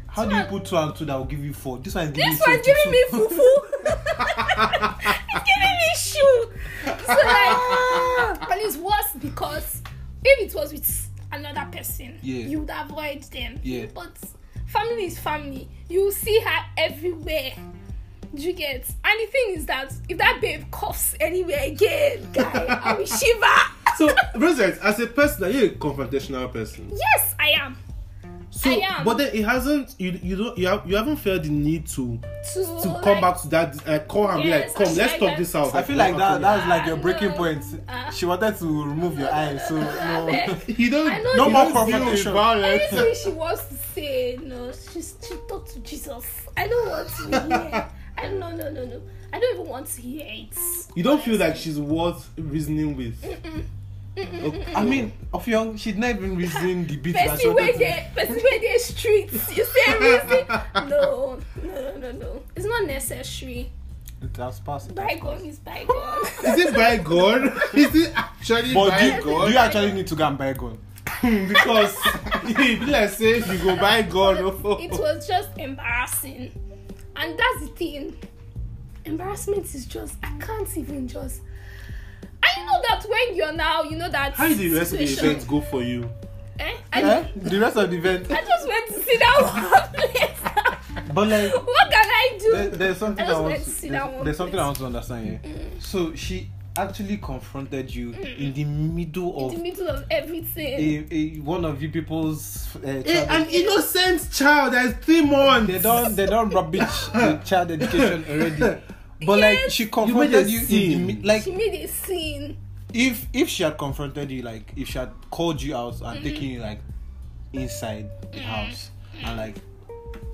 How do you put two and two that will give you four? This one is giving this you one's 22. giving me fufu. it's giving me shoe. So like, but it's worse because if it was with another person, Yeah. you would avoid them. Yeah. But family is family. You will see her everywhere. Do you get? And the thing is that if that babe coughs anywhere again, guy, I will shiver. <laughs> So, Rosette, as a person, are you a confrontational person? yes, I am. So, I am. but then it hasn't. You you don't you, have, you haven't felt the need to To, to come Oh, like, back to that. Uh, call her and Yes, be like, come, let's I- talk this out. I feel like that. <laughs> That's like your breaking No. point. Ah. She wanted to remove your eyes, so no. you don't. I you know you- don't No more deal with confrontation. violence. Anything she wants to say, no, she's, she talked to Jesus. I don't want to hear. I don't, no, no, no, no. I don't even want to hear it. <laughs> You don't feel like she's worth reasoning with. Okay. I mean, Ofyong, she'd not even reason the beat that she Person where wanted. to- they, person where they <laughs> streets. You say reason? No, no, no, no, no. It's not necessary. It has passed. it has Bygone is bygone. <laughs> <laughs> Is it bygone? <laughs> Is it actually But do you, bygone? do you actually need to go and buy a gun? <laughs> because if let's say if you go buy gun, <laughs> it was just embarrassing. And that's the thing. Embarrassment is just I can't even just and you know that when you're now, you know that how did the rest of the situation- event go for you? Eh? I, Eh? The rest of the event. I just went to sit down one place. But like, <laughs> what can I do? there, there's something I I, just want. went To, to sit there's, down one there's something I place. want to understand here. So she actually confronted you in the middle of in the middle of everything. a, a, one of you people's. Uh, Eh, child- an innocent child that is three months. they don't they don't <laughs> rubbish the child education already. But like Yes. she You made a confronted you, in the, scene. mi- like she made a scene. if if she had confronted you like if she had called you out and taken you like inside the house and like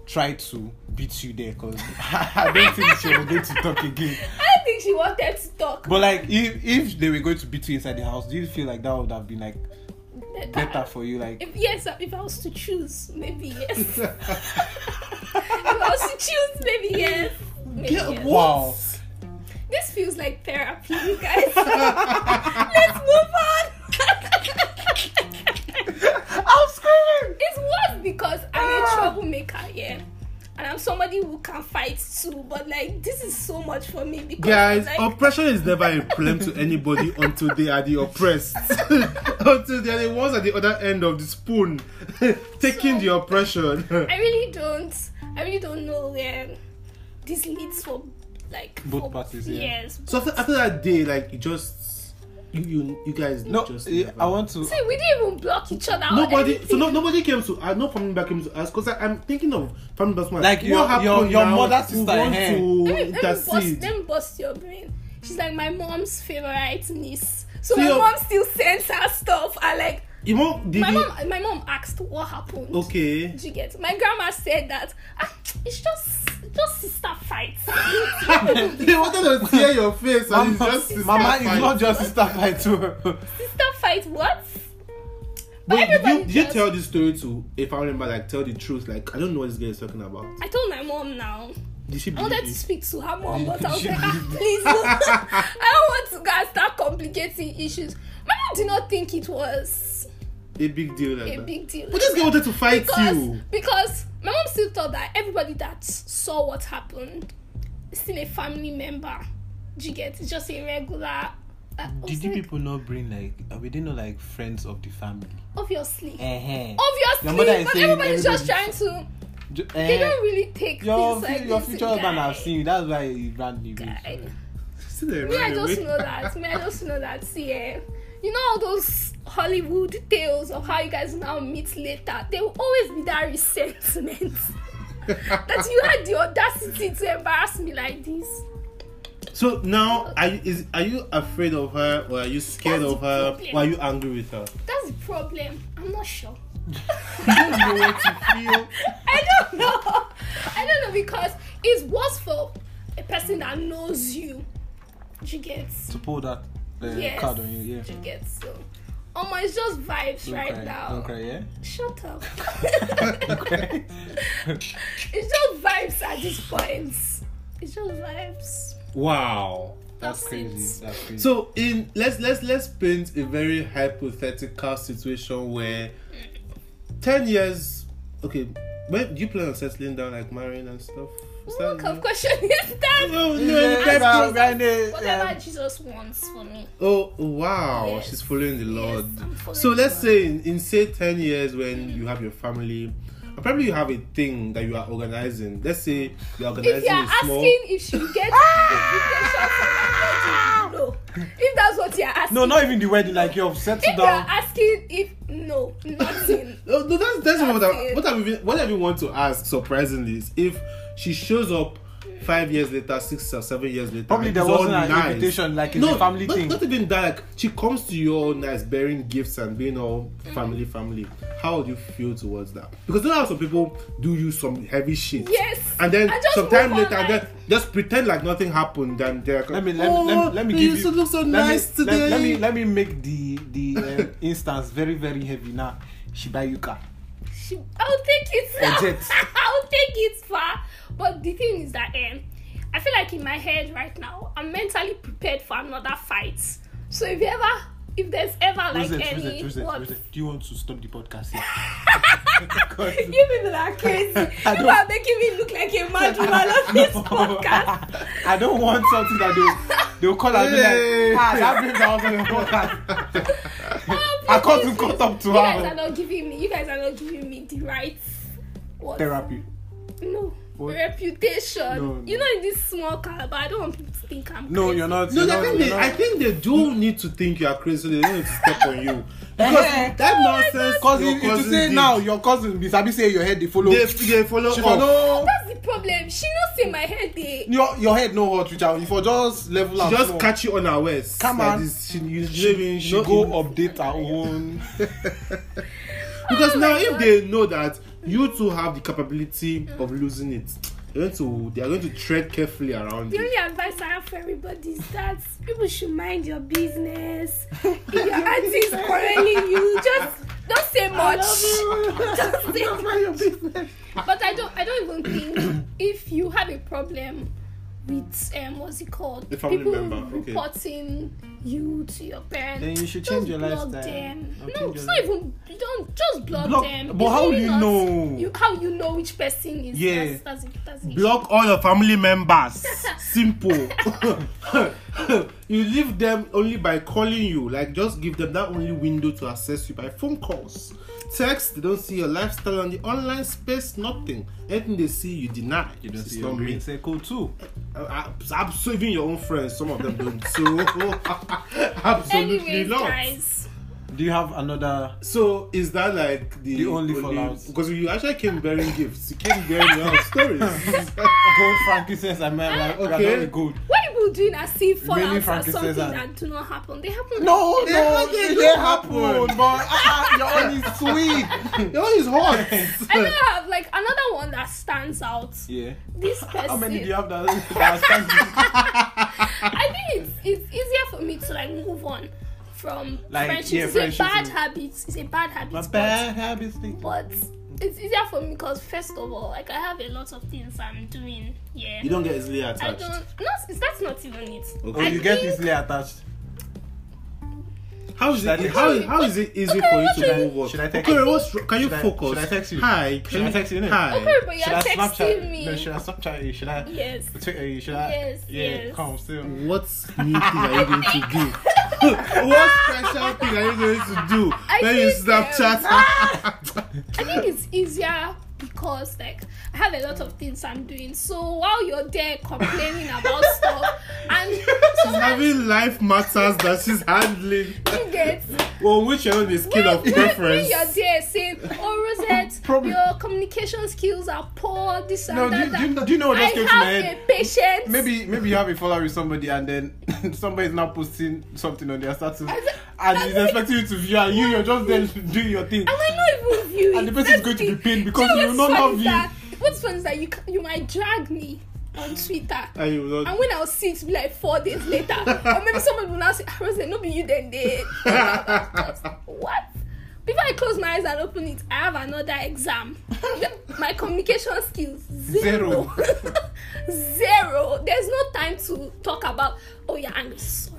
tried to beat you there because <laughs> i don't think she was going to talk again I don't think she wanted to talk. but like if if they were going to beat you inside the house do you feel like that would have been like Better. better for you like If yes, if I was to choose, maybe yes. <laughs> if I was to choose, maybe yes. Maybe <laughs> yes. wow This feels like therapy, you guys. <laughs> Let's move on. I'm screaming. It's worse because I'm a troublemaker, yeah. And I'm somebody who can fight too, but like this is so much for me because Guys, like, oppression is never a problem to <laughs> anybody until they are the oppressed. <laughs> until they are the ones at the other end of the spoon <laughs> taking the oppression. <laughs> I really don't. I really don't know where this leads for, like Both for parties, yeah. Yes. so after, after that day, like you just you you, you guys no just eh, never- i want to See, we didn't even block each other. or Nobody, so anything. no, nobody came to. I know family back came to us because I'm thinking of family back. Like your- your- your mother, who sister, want eh. to Let me, let, me bust, intercede. let me bust your brain. She's like my mom's favorite niece. So So my your- mom still sends her stuff. I like You won't. Did my you, mom. My mom asked what happened. okay. Did you get? My grandma said that "Ah, it's just just sister <laughs> fights. sister They wanted to <laughs> tear your face and it's mama, just sister mama is fight. not just sister fight too fight what? Wait, did you, everybody did you just- tell this story to a family member? Like, tell the truth. Like, I don't know what this girl is talking about. I told my mom now. Did she I believe wanted you? to speak to her mom, but I was <laughs> like, ah, please, <laughs> no. I don't want to go and start complicating issues. My mom did not think it was A big deal like a that. big deal. But this girl wanted to fight because, you. because my mom still thought that everybody that saw what happened is still a family member. Do you get? It's just a regular. I was did you like, people not bring like uh, we didn't know like friends of the family Obviously. uh-huh. Your mother Obviously, is but saying everybody's just trying everybody- to. Ju- They eh, don't really take your, things fu- like your this, future husband guy. have seen you. That's why he ran the Guy. way. See the Me, I running just away. know that. Me, I just know that. See, eh, you know all those Hollywood tales of how you guys now meet later. There will always be that <laughs> resentment that you had the audacity to embarrass me like this. So now, are you, is, are you afraid of her, or are you scared That's of her, the problem. or are you angry with her? That's the problem. I'm not sure. I don't know what you feel. <laughs> I don't know. I don't know because it's worse for a person that knows you. Do you get? To pull that uh, Yes. card on you, yeah. Do you get? So, um, it's just vibes Don't right cry. now. Don't cry, <laughs> yeah? <laughs> Shut up. Don't <laughs> cry. It's just vibes at this point. It's just vibes. Wow. That's That's crazy. That's crazy. So in let's let's let's paint a very hypothetical situation where ten years. Okay, when do you plan on settling down, like marrying and stuff? Is What kind of no? question <laughs> is that? No, no, Yeah, that's- well, when they, Whatever um, Jesus wants for me. Oh wow, Yes. she's following the Lord. I'm following so let's the Mm-hmm. say in, in say ten years when you have your family, and probably you have a thing that you are organizing. Let's say you're If organizing you're a small. asking if she <laughs> gets Ah! education from my wedding, no. If that's what you're asking. no, not even the wedding. Like you've If settled you're down. asking if no, nothing. No, no, that's that's what I, it. what I even what I even want to ask. Surprisingly, is if she shows up five years later, six or seven years later, Probably and there it's all wasn't an invitation, like it's no, a family not, thing. Not even that. Like she comes to you all nice, bearing gifts and being all family, Mm-hmm. family. How would you feel towards that? Because you know how some people do you some heavy shit. Yes. And then I just sometime move on, later, and then like- just pretend like nothing happened. And they're Let me let, me- let, me- let me "Oh, give you you. used to look so let me- nice let- today. Let, me let me make the the um, instance very very heavy now. She buy you car. She, I'll take it. <laughs> Or jet. I'll take it far. But the thing is that um, I feel like in my head right now, I'm mentally prepared for another fight. So if you ever, if there's ever like Rosette, any, Rosette, Rosette, what? <laughs> Rosette, do you want to stop the podcast here? you people are <laughs> crazy. you are making me look like a mad woman on this podcast. I don't want something that they they'll call and be Hey. like, ah, that babe that was on the podcast. Oh, I can't please. even caught up to You guys are her. not giving me. You guys are not giving me the right. What? Therapy. No. What? Reputation. No, You know, in this small caliber, I don't want people to think I'm. No, crazy. you're not. No, you're I not- Hmm? think you're they, not- I think they do need to think you are crazy, so they don't need to step <laughs> on you. Because that nonsense, Cause your if, if Oh you Eh. cousin say did, now your cousin be sabi say your head dey follow. they, they follow she up. for no That's the problem. She knows in my head they. your your head no hot reach out. You for just level She out. just small. catch you on our waist. Come like on. This. She, you She, don't even, she no- go update her <laughs> own. Because Oh now, my if God. they know that you two have the capability of losing it, they're going to they are going to tread carefully around The you. only advice I have for everybody is that people should mind your business. <laughs> if your auntie is quarreling you, just don't say much. <laughs> Just say But I don't. I don't even think if you have a problem with um, what's it called? A family people member, okay. reporting you to your parents. Then you should just change your block lifestyle. Them. Or No, change it's your not even. You don't just block, Block- them. but It's how will really you not- know? You, how you know which person is? Yeah. That's, that's it. That's it. Block all your family <laughs> members. Simple. <laughs> you leave them only by calling you. Like, just give them that only window to access you by phone calls. Text, they don't see your lifestyle on the online space, nothing. Anything they see, you deny. You don't It's see not your me. green circle too. Uh, abs- even your own friends, some of them don't. So, <laughs> absolutely Anyways, not. guys, Do you have <laughs> another? So, is that like the, The only fallout. Because you actually came bearing gifts, you came bearing your own <laughs> stories. Gold frankincense and men like okay. Okay. they're not good. what people doing as if Remaining fallouts are Frankie something says that. that do not happen. They happen. Oh, No, They no, happen, it they dey happen. happen. But ah, ah, your own is sweet. Your own is hot. I know I have like another one that stands out. <laughs> Yeah. This person. How many do you have that? that stand- I think it's, it's easier for me to like move on from Like, friendships. yeah, it's friendships a bad and- habit. It's a bad habit. My but- bad habits. think- But it's easier for me because first of all, like I have a lot of things I'm doing. Yeah. you don't get easily I attached. don't. No, it's- that's not even it. Oh, I you get think- easily attached. How is Should I it? text How, you? how is it easy Okay, for you what to should- move on? should I text okay, you? what's wr- can you Should I- focus? should I text you? Hi, Should I text you, innit? Hi. Okay, but you're Should I texting Snapchat? me. No, should I Snapchat you? Should I? Yes. Twitter you? Should I? Yes, Yeah, yes. come still. What new thing are you going to do? <laughs> what special thing are you going to do? I Then you think, um, Snapchat. <laughs> I think it's easier because like I have a lot of things I'm doing. So while you're there complaining <laughs> about stuff, and She's sometimes having life matters that she's handling. you get Well, which you're on the scale of when, When preference. you're there saying, "Oh <laughs> Rosette, Problem- your communication skills are poor," this and No, do that. you, do, you, that." know- do you know what just I came to my have head? a patient. Maybe maybe you have a fallout with somebody <laughs> and then somebody's now posting something on their status I said- and I he's said- expecting you to view and you you're just there doing your thing. I might not even view it. And the person is That's going to the- be pained because you you know will what's not funny have is you. that- What's funny is that you ca- you might drag me on Twitter. And you will not. and when I'll see it, be like four <laughs> days later, or maybe someone will now say, "I was there, no be you then they." what? Before I close my eyes and open it, I have another exam. <laughs> my communication skills zero, <laughs> zero. There's no time to talk about. Oh, you're angry. Sorry.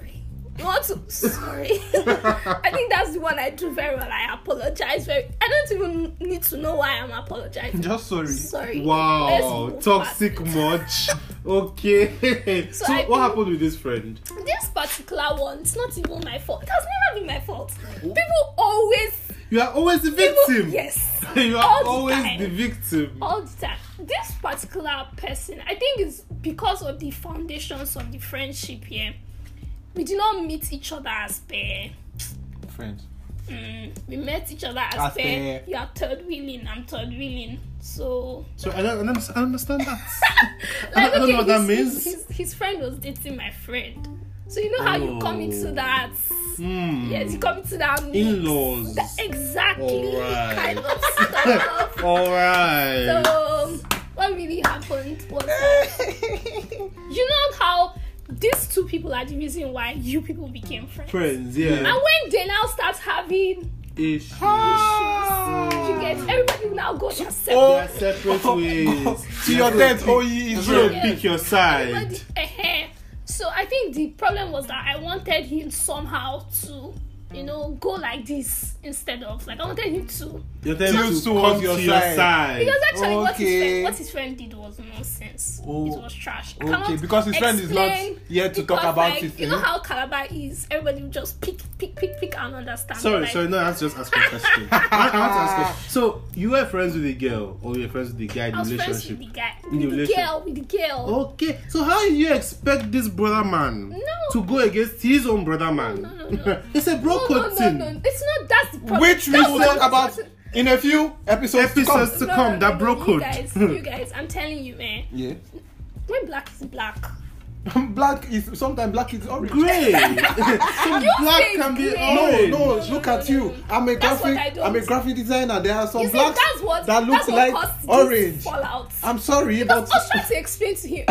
You want to? Sorry. <laughs> I think that's the one I do very well. I apologize very. I don't even need to know why I'm apologizing. Just sorry. Sorry. Let's Wow, move Oh, toxic past it. much. Okay. So, So I what think- happened with this friend? this particular one it's not even my fault it has never been my fault people always You are always the people, victim. yes <laughs> you are All the always time. the victim. all the time this particular person i think it's because of the foundations of the friendship here we did not meet each other as pair Friends. Mm, we met each other as, As pair. pair. you are third wheeling i'm third wheeling so So I don't, I don't I understand that. like, I don't okay, know what that his- means. his, his, his friend was dating my friend so you know how you come Oh. into that Hmm. yes you come into that mix. <laughs> In-laws. That- exactly Alright. kind of stuff All right. So what really happened was that- you know how these two people are the reason why you people became friends. friends, yeah. And when they now start having Issues. You get everybody will now go their They separate. are separate ways. To your death, oh ye You should Israel. Yeah. pick your Everybody, side. eh So I think the problem was that I wanted him somehow to, you know, go like this instead of like I wanted him to You're telling Tilt me to towards come your to your side. side. Because actually, what, his Okay. friend, what his friend did was nonsense. Oh, it was trash. I okay, cannot because his friend is not explain here to talk because, about like, it, You eh? know how Calabar is. Everybody will just pick, pick, pick, pick, and understand. Sorry, like, sorry, no, that's just asking a question. I, I want to ask a question. So, you were friends with a girl, or you were friends with a guy in I the was friends with relationship? the guy, the with the relationship. Oh, girl, with the girl. Okay, so how do you expect this brother man No. to go against his own brother man? no, no, no. <laughs> it's a bro no, code no, thing. no, no. It's not. That's the problem. Which we That's will what- talk about in a few episodes. to come. Episodes to No, come, no, that no, bro no, You code. <laughs> guys, you guys, I'm telling you, man. Yeah. When black is black, <laughs> black is sometimes black is orange. <laughs> Grey. so black say can be grey. No, orange. no, No, no, look no, at no, you. no. I'm a That's what I graphic. don't. I'm a graphic designer. There are some you see, blacks that's what that that's looks what like caused this orange. Fallout. I'm sorry, Because but I was trying to explain to him.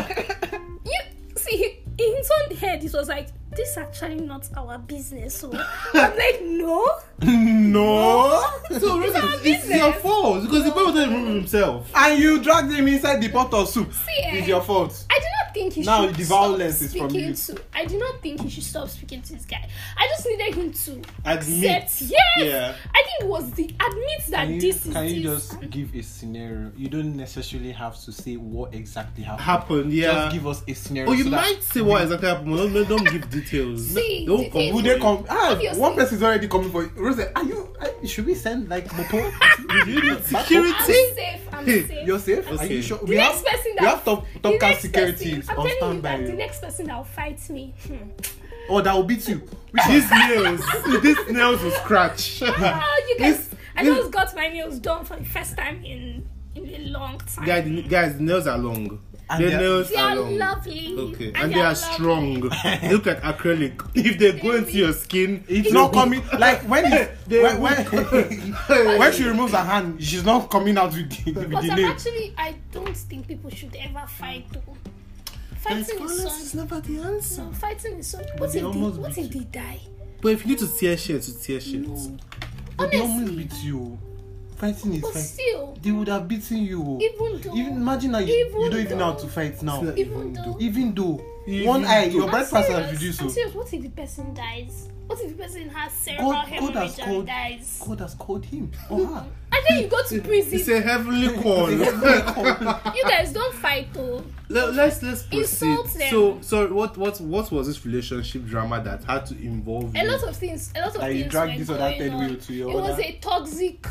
you see, he- in his own head, it was like, this is actually not our business. So <laughs> I'm like, no. <laughs> <laughs> no. So, It's our it's, it's your business. fault because the boy doesn't remember himself. and you dragged him inside the pot of soup. See, eh, It's your fault. I do not think he Now should the stop violence is from speaking you. to. I do not think he should stop speaking to this guy. I just needed him to Admit. accept. Yes. Yeah. I think it was the admit that Can you- this is can you this. just- Give a scenario. You don't necessarily have to say what exactly happened. Happened, yeah. Just give us a scenario. Oh, you so that- might say what exactly happened. but Don't, don't give details. <laughs> See, don't the thing- come. Would they come? Ah, Obviously. one person is already coming for you. Rose, are you? Are, should we send like <laughs> Mopo? You need I'm security. safe. <laughs> I'm Hey, safe. You're safe. Are Okay. you sure? the next person that we have top the top class next security person, I'm on telling you that the standby. next person that will fight me. <laughs> Hmm. Oh, that will beat you. Which is These nails, <laughs> these nails will <laughs> scratch. Oh, you guys! This- I this- just got my nails done for the first time in in a long time. guys, the- guys, the nails are long. And Their they are- nails they are are long. lovely. Okay, and, they are lovely. <laughs> strong. Look at acrylic. If they go into your skin, it's not coming. Like when <laughs> it, They when will- <laughs> when, when she removes her hand, she's not coming out with the, with But the I'm nail. actually, I don't think people should ever fight though. Guys, Fighting is violence is something. never the answer. No, fighting is something. What if They they, almost what beat if they die? But if you need to tear shit, to tear shit. But they almost Honestly. beat you. Fighting is But fight. still, They would have beaten you. even though, Even imagine that you, even you don't even know how though- to fight now. It's even though, Even though Even one eye, though- your I'm breakfast has serious, reduced. I'm so serious. What if the person dies? What if the person has cerebral God, God has hemorrhage and called. dies? God has called him or her. And then you go <laughs> to prison. It's a heavenly call. You guys don't fight though. <laughs> Let, let's let's proceed. Insult them. So sorry, what what what was this relationship drama that had to involve A you? lot of things. A lot of Like, you things. drag were this other going third on. wheel to your It was other- a toxic.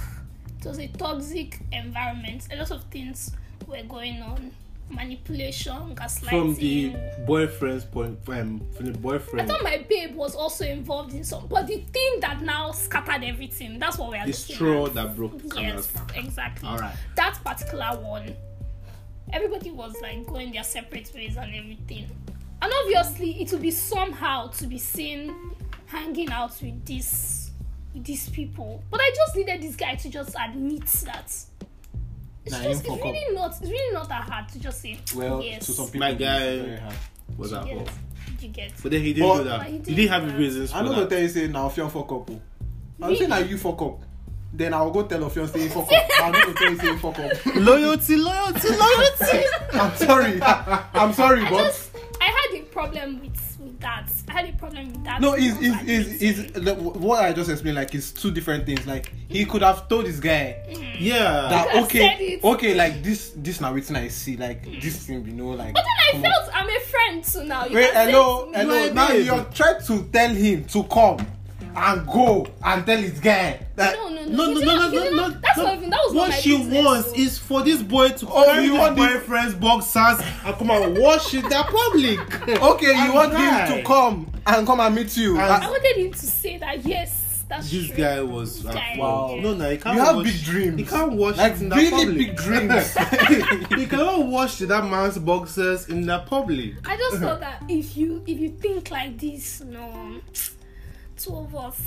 It was a toxic environment. A lot of things were going on. Manipulation, gaslighting. from the boyfriend's point, um, from the boyfriend. I thought my babe was also involved in some, but the thing that now scattered everything. That's what we are the looking straw at. that broke the Yes, camel's back. exactly. Alright. That particular one, everybody was like going their separate ways and everything. And obviously, it will be somehow to be seen hanging out with this with these people. But I just needed this guy to just admit that. It's Nah, just you it's fuck up. really not it's really not that hard to just say Well, yes. to some people, My it's guy- very hard. Was that yes. all? You get But then he didn't But- do that. But he He, did didn't have that. reasons for I'm not gonna that. tell you say now Ofion fuck up. oh. I'm Really? saying that you fuck up. Then I'll go tell Ofion say he fuck up. I'm not gonna tell you say he fuck up. <laughs> loyalty, loyalty, loyalty. I'm sorry. I'm sorry, <laughs> I but just I had a problem with with that. I had a problem with that. no, is because I is didn't is is what I just explained. Like it's two different things. Like he could have told this guy <laughs> yeah. that could have said okay, it. okay, like this this now wetin I see like this thing you know like. But then come I on. felt I'm a friend too now. You Wait, can say hello, it to me. hello. You Now babe. you're trying to tell him to come and go and tell his guy that No, no, No, no, no, you did no, no, not- you no, did no. not- That's no. not even that was what not my she business, wants so. is for this boy to Oh, carry you his want this- boyfriend's <laughs> boxers Oh, and come and wash it their <laughs> public. okay, you And want guy. him to come and come and meet you. And- I Uh, wanted him to say that yes, that's This true. guy was This guy, wow. yeah. No, no, he can't. You have wash, big dreams. He can't wash Like, it in the really public. big <laughs> dreams. he cannot wash that man's boxers in the public. I just <laughs> thought that if you if you think like this, no, two of us.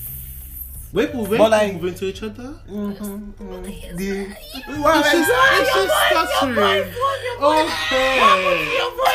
When people But when people like- move into each other, Mhm, mhm. The- it's just, Why- it's just Your boy- your stuttering. boy- your Okay.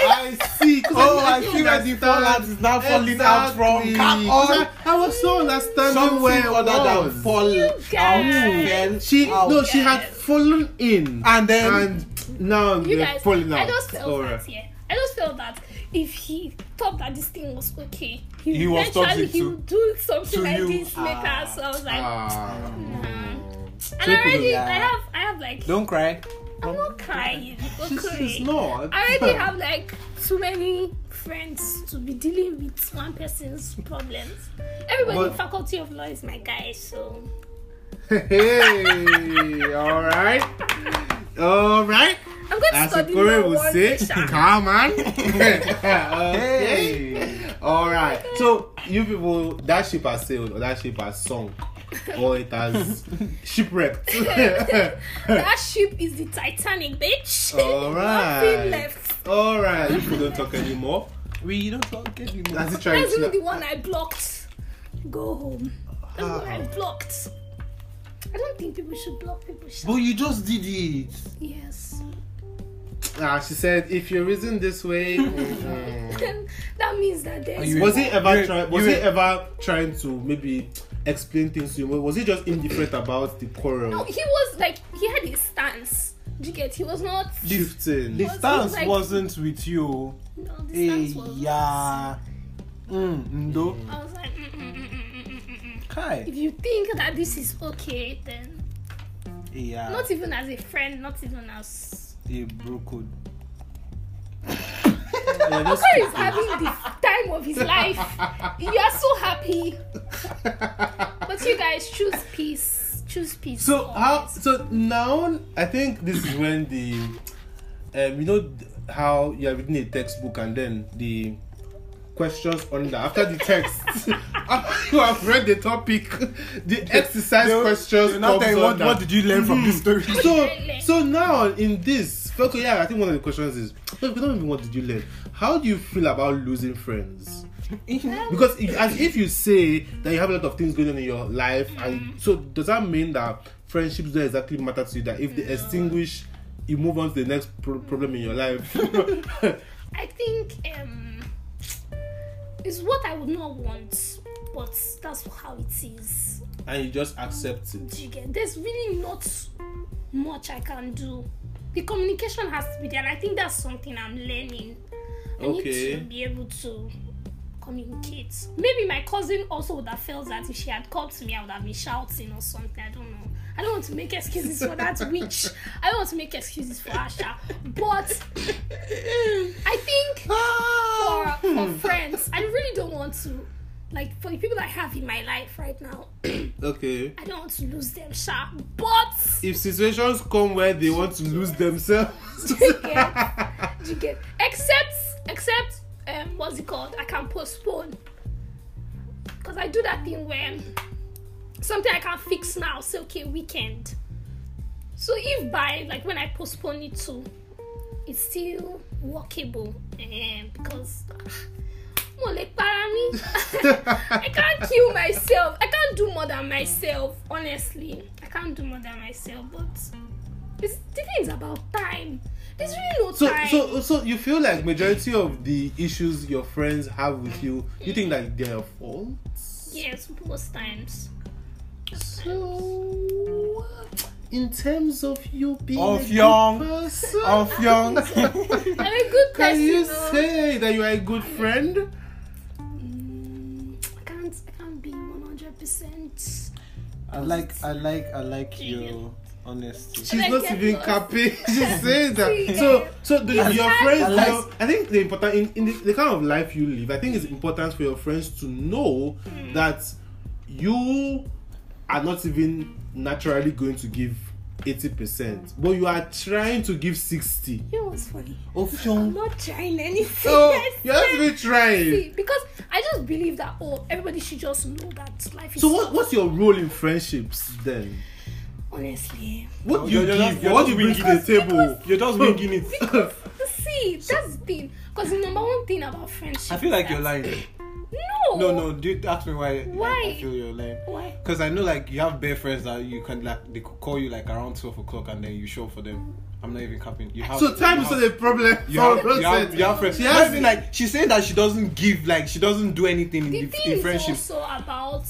I <laughs> see. 'Cause Oh, I didn't see where the understand. fallout is now falling out from. Exactly. Come 'Cause on. I, I was so understanding Something where it other than was. fall out, guys. fell She out. no, she had fallen in and then and now You they're guys, falling out. I just felt Alright. that here. I just felt that if he thought that this thing was okay, he, He was eventually toxic he to- would do something to like you. this, make us. So I was like, hmm. Ah. and I already, yeah. I have, I have like, don't cry. I'm not crying. She's, Okay. she's <laughs> not. I already have like too many friends to be dealing with one person's problems. Everybody in But- faculty of law is my guy, so hey, all right, all right. I'm going to As the study Korean law will one say, <laughs> day. come <laughs> on. okay. All right. So you people, that ship has sailed or that ship has sunk or it <laughs> has shipwrecked. <laughs> That ship is the Titanic, bitch. <laughs> All right. Nothing left. All right. You people don't talk anymore. We don't talk anymore. That's it. Trying That's to. even the one I blocked. Go home. That's the one I Ah. blocked. I don't think people should block people. Should. But you just did it. Yes. <laughs> Ah, she said, if you reason this <laughs> way, mm-mm." that means that there's you- was he ever You- trying? Was you- he ever trying to maybe explain things to you? Was he just indifferent about the quarrel? No, he was like he had his stance. Do you get? He was not. Shifting. The Was it stance like- wasn't with you. No, the Hey, stance Eh, was. yeah. Mm, ndo. I was like, mm, mm, mm, mm, mm, mm, mm. Kai. if you think that this is okay, then eh, Uh. Yeah. not even as a friend, not even as. A bro code. Yeah, just Who <laughs> is having the time of his life? You are so happy, but you guys choose peace. Choose peace. So how? always. So now I think this is when the, um, you know th- how you are reading a textbook and then the questions on that after the text <laughs> after you have read the topic, the exercise questions They'll comes Mm-hmm. not tell you, what, under. what did you learn from this story? so so now in this okay yeah I think one of the questions is no, we don't even what did you learn how do you feel about losing friends <laughs> because if, as if you say that you have a lot of things going on in your life Mm-hmm. and so does that mean that friendships don't exactly matter to you that if they extinguish you move on to the next pro- problem in your <laughs> life <laughs> I think um, it's what I would not want, but that's how it is. and you just accept it Do you get? There's really not much I can do. The communication has to be there, and I think that's something I'm learning. I need Okay. to be able to communicate. Maybe my cousin also would have felt that if she had called to me, I would have been shouting or something. I don't know. I don't want to make excuses for that witch. I don't want to make excuses for Asha. But I think for, for friends, I really don't want to. Like for the people I have in my life right now, <laughs> okay I don't want to lose them sharp, but if situations come where they want to lose themselves you get, you get. Except, except, um, what's it called? I can postpone because I do that thing where something I can fix now. Say, okay, weekend. So if by like when I postpone it to, it's still workable, um, because. Mo le para mi. <laughs> I can't kill myself. I can't do more than myself, honestly. I can't do more than myself, but it's, the thing is about time. There's really no So, time. so, so you feel like majority of the issues your friends have with you, you think that they're your fault? yes, most times. So, in terms of you being Of a good young- person, <laughs> of <laughs> young. I'm a can good person. you oh. say that you are a good friend? Mm, I can't. I can't be one hundred percent. I like, I like, I like your honesty. She's I not get even lost. capping. <laughs> She's saying that. So, so the, your friends. Unless- your- I think the important in, in the, the kind of life you live. I think it's important for your friends to know Hmm. that you are not even naturally going to give eighty percent, but you are trying to give sixty. You know what's funny? Of I'm young. not <laughs> trying anything. <laughs> So Oh. Yes, you have to be trying. see, because I just believe that oh, everybody should just know that life is. So what, what's your role in friendships then? honestly? What do You're- you you're give? just- you're What do you just bring to the table? You're <laughs> just winging it. See, that's the thing. Because the number one thing about friendship. I feel like you're is lying. that- No. No, no. Dude, ask me why. Why? I, I feel you're lying. Why? Because I know, like, you have bare friends that you can, like, they could call you, like, around 12 o'clock and then you show up for them. I'm not even capping. You have So time you is have- not a problem. you <laughs> have, for you have, Rosettes. you have friends. She She has- has been like she's saying that she doesn't give, like she doesn't do anything in, The the, thing in is friendship. also about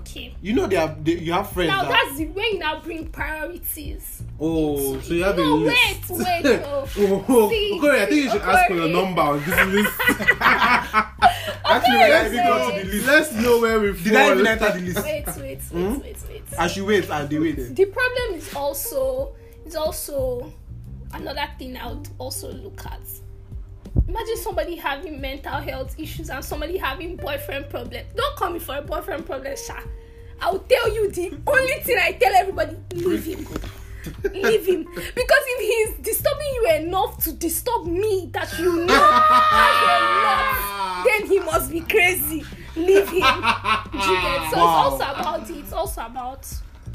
okay. You know they have they, you have friends Now that that's the way you now bring priorities. Oh, so you have a No, list. wait, wait, <laughs> no. oh, oh. See, Okori, I think you should ask for your Okori. number on this list. actually Okay, wait, I even so- got to the list. Let's know where we fall. Did I even enter the list? Wait, wait, wait, Hmm? wait, wait. And she waits and they wait. The problem is also is also another thing I would also look at. Imagine somebody having mental health issues and somebody having boyfriend problem. Don't call me for a boyfriend problem, Sha. I'll tell you the only thing I tell everybody, leave him. leave him. Because if he's disturbing you enough to disturb me that you know that you're not, then he must be crazy. Leave him. Do you get? So Wow. it's also about it's also about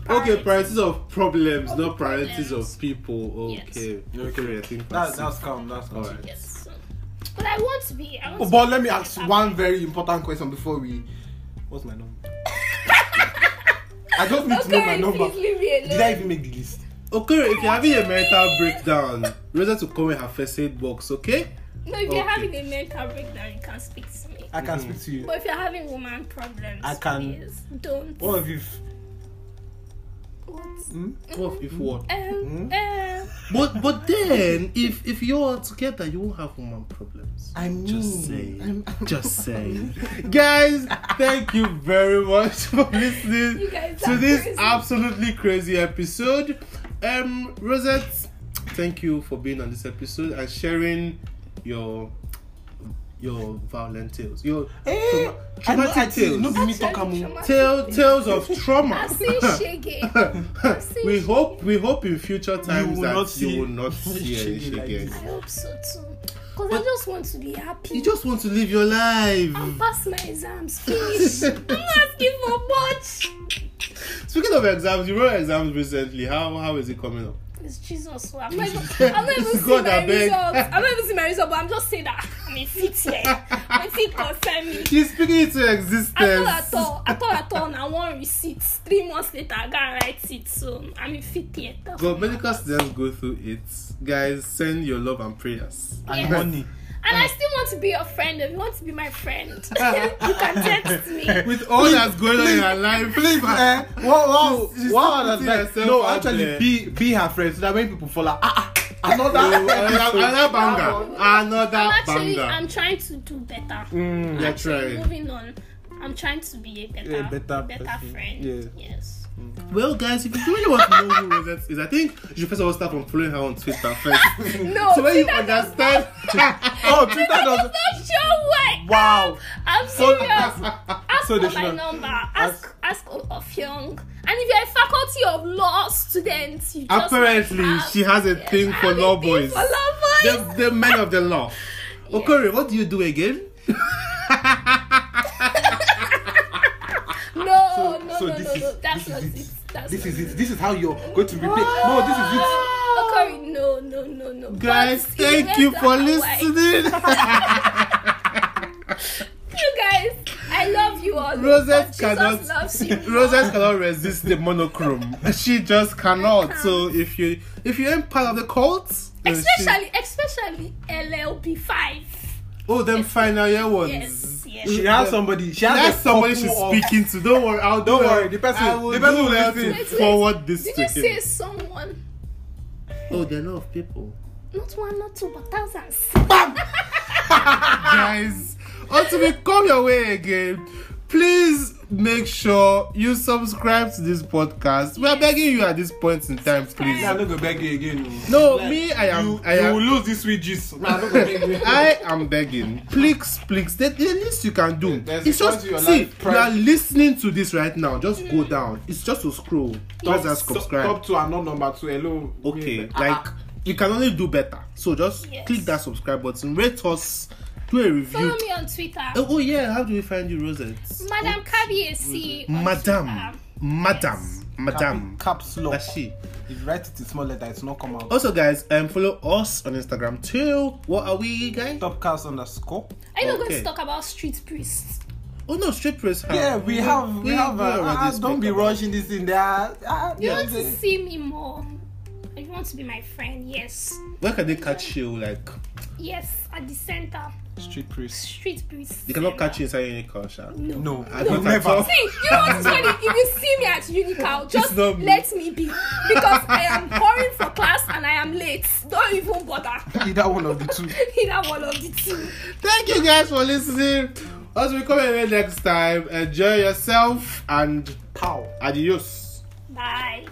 Okay, priorities. priorities of problems, not priorities problems. of people. Yes. Okay. Okay, I think That's that's calm. That's calm. Alright. Yes. But I want to be. I want to But be let me ask one very important question before we what's my number? I just need to Oh, know my Okay, number. please leave me alone. Did I even make the list? Okay, if you're having a mental breakdown, Rosa to come in her first aid box, okay? No, if you're Okay. having a mental breakdown, you can speak to me. I can speak to you. But if you're having woman problems, I can- please don't. What Mm-hmm. if you've What? What if what? Um, Mm-hmm. uh, But but then if if you're together, you won't have woman problems. I mean, Just saying. <laughs> Just saying. Guys, thank you very much <laughs> for listening You guys to are this crazy. absolutely crazy episode. Um, Rosette, thank you for being on this episode and sharing your your violent tales, your <laughs> Eh, trauma- I know, traumatic I see. tales, No be me Actually, talk am. <laughs> traumatic. tale, tales of trauma. I see <laughs> Shege. I see we Shege. hope we hope in future times will that not you see will <laughs> not see any Shege like again. this. I hope so too. Because I just want to be happy. You just want to live your life. I'll pass my <laughs> <laughs> exams. Finish. I'm not asking for much. Speaking of exams, you wrote exams recently. How how is it coming up? It's Jesus. so I'm <laughs> not even, I'm not even It's seeing God, my I beg. results. I'm not even seeing my results, but I'm just <laughs> saying that I'm a fit here. My feet concern me. She's speaking into I existence. thought at all, I thought at all, now one receipt. Three months later, I gotta write it. So I'm a fit here. But medical students go through it. Guys, send your love and prayers. And Yes. money. And I still want to be your friend. If you want to be my friend, <laughs> you can text me. With all that's going on in her life, please. Eh, what, what, She's what putting advice? herself No, out actually, there. be be her friend so that when people follow, ah, ah, another. another, another banger. Another I'm actually, banger. Mm, I'm trying to do better. you're Actually, trying. moving on. I'm trying to be a better, A better person. friend. Yeah. Yes. Well, guys, if you really want to know who Rosette is, I think you should first of all start from following her on Twitter <laughs> first. No. Mm. so when you <laughs> Twitter does understand, oh, Twitter does. not sure why. Wow. <laughs> I'm serious. Ask So they for my should not- number. Ask ask of young. And if you're a faculty of law student, you just apparently have- she has a Yes, thing I for have a law thing boys. For law boys. The, the men of the law. Okori, what do you do again? No, no, so no, this no, is- no. That's this not is it. That's This not is it. This is how you're going to repay. No, this is it. Okay, no, no, no, no. Guys, But thank you events for are wide. listening. <laughs> <laughs> You guys, I love you all. Rosette Jesus cannot- <laughs> loves you. Roses cannot resist the monochrome. She just cannot. So if you if you ain't part of the cult, then she- Especially, especially LLB five. oh them final year ones. Yes, yes. She has somebody. She has That's a somebody couple she's of- speaking to. Don't worry, I'll Don't do worry, it. the person- I will the person do will well listen. to Wait, wait. forward this Did to you him. say someone? Oh, there are a lot of people. Not one, not two, but thousands. Ah. guys until we come your way again please make sure you subscribe to this podcast we are begging you at this point in time please Yeah, I'm not gonna beg you again. oh. no me i am You, i you am will lose this with juice. I'm not gonna beg you. I am begging. Please, please. The, the least you can do. There's it's a just point to your see. life, You pride. are listening to this right now. Just go down. It's just to scroll. Just as subscribe. Top two and not number two. Hello. okay Ah, like you can only do better so just Yes. click that subscribe button rate us do a review Follow me on Twitter. oh, oh yeah how do we find you rosette Madam Kabi is C. on madam Twitter. madam Capi- madam Caps lock. that's she If you write it in small letter, it's not come out. also guys um follow us on instagram too what are we guys Topcast underscore. Are you not going Okay. to talk about street priests? oh no straight press huh? Yeah, we have, we have. we Uh, already ah, don't spoke be about- rushing this in there. Ah, You yeah, want to see me more? I want want to be my friend, yes. Where can they catch you? Like, Yes, at the center. Street priest. Street breeze. they cannot catch you inside any car, sha. No. No, I I don't don't think so. never. See, you know what's funny? If you see me at Unical, just not me. let me be. Because I am hurrying for class and I am late. Don't even bother. <laughs> Either one of the two. Either one of the two. Thank you guys for listening. As we come here next time, enjoy yourself and Pow. adios. Bye.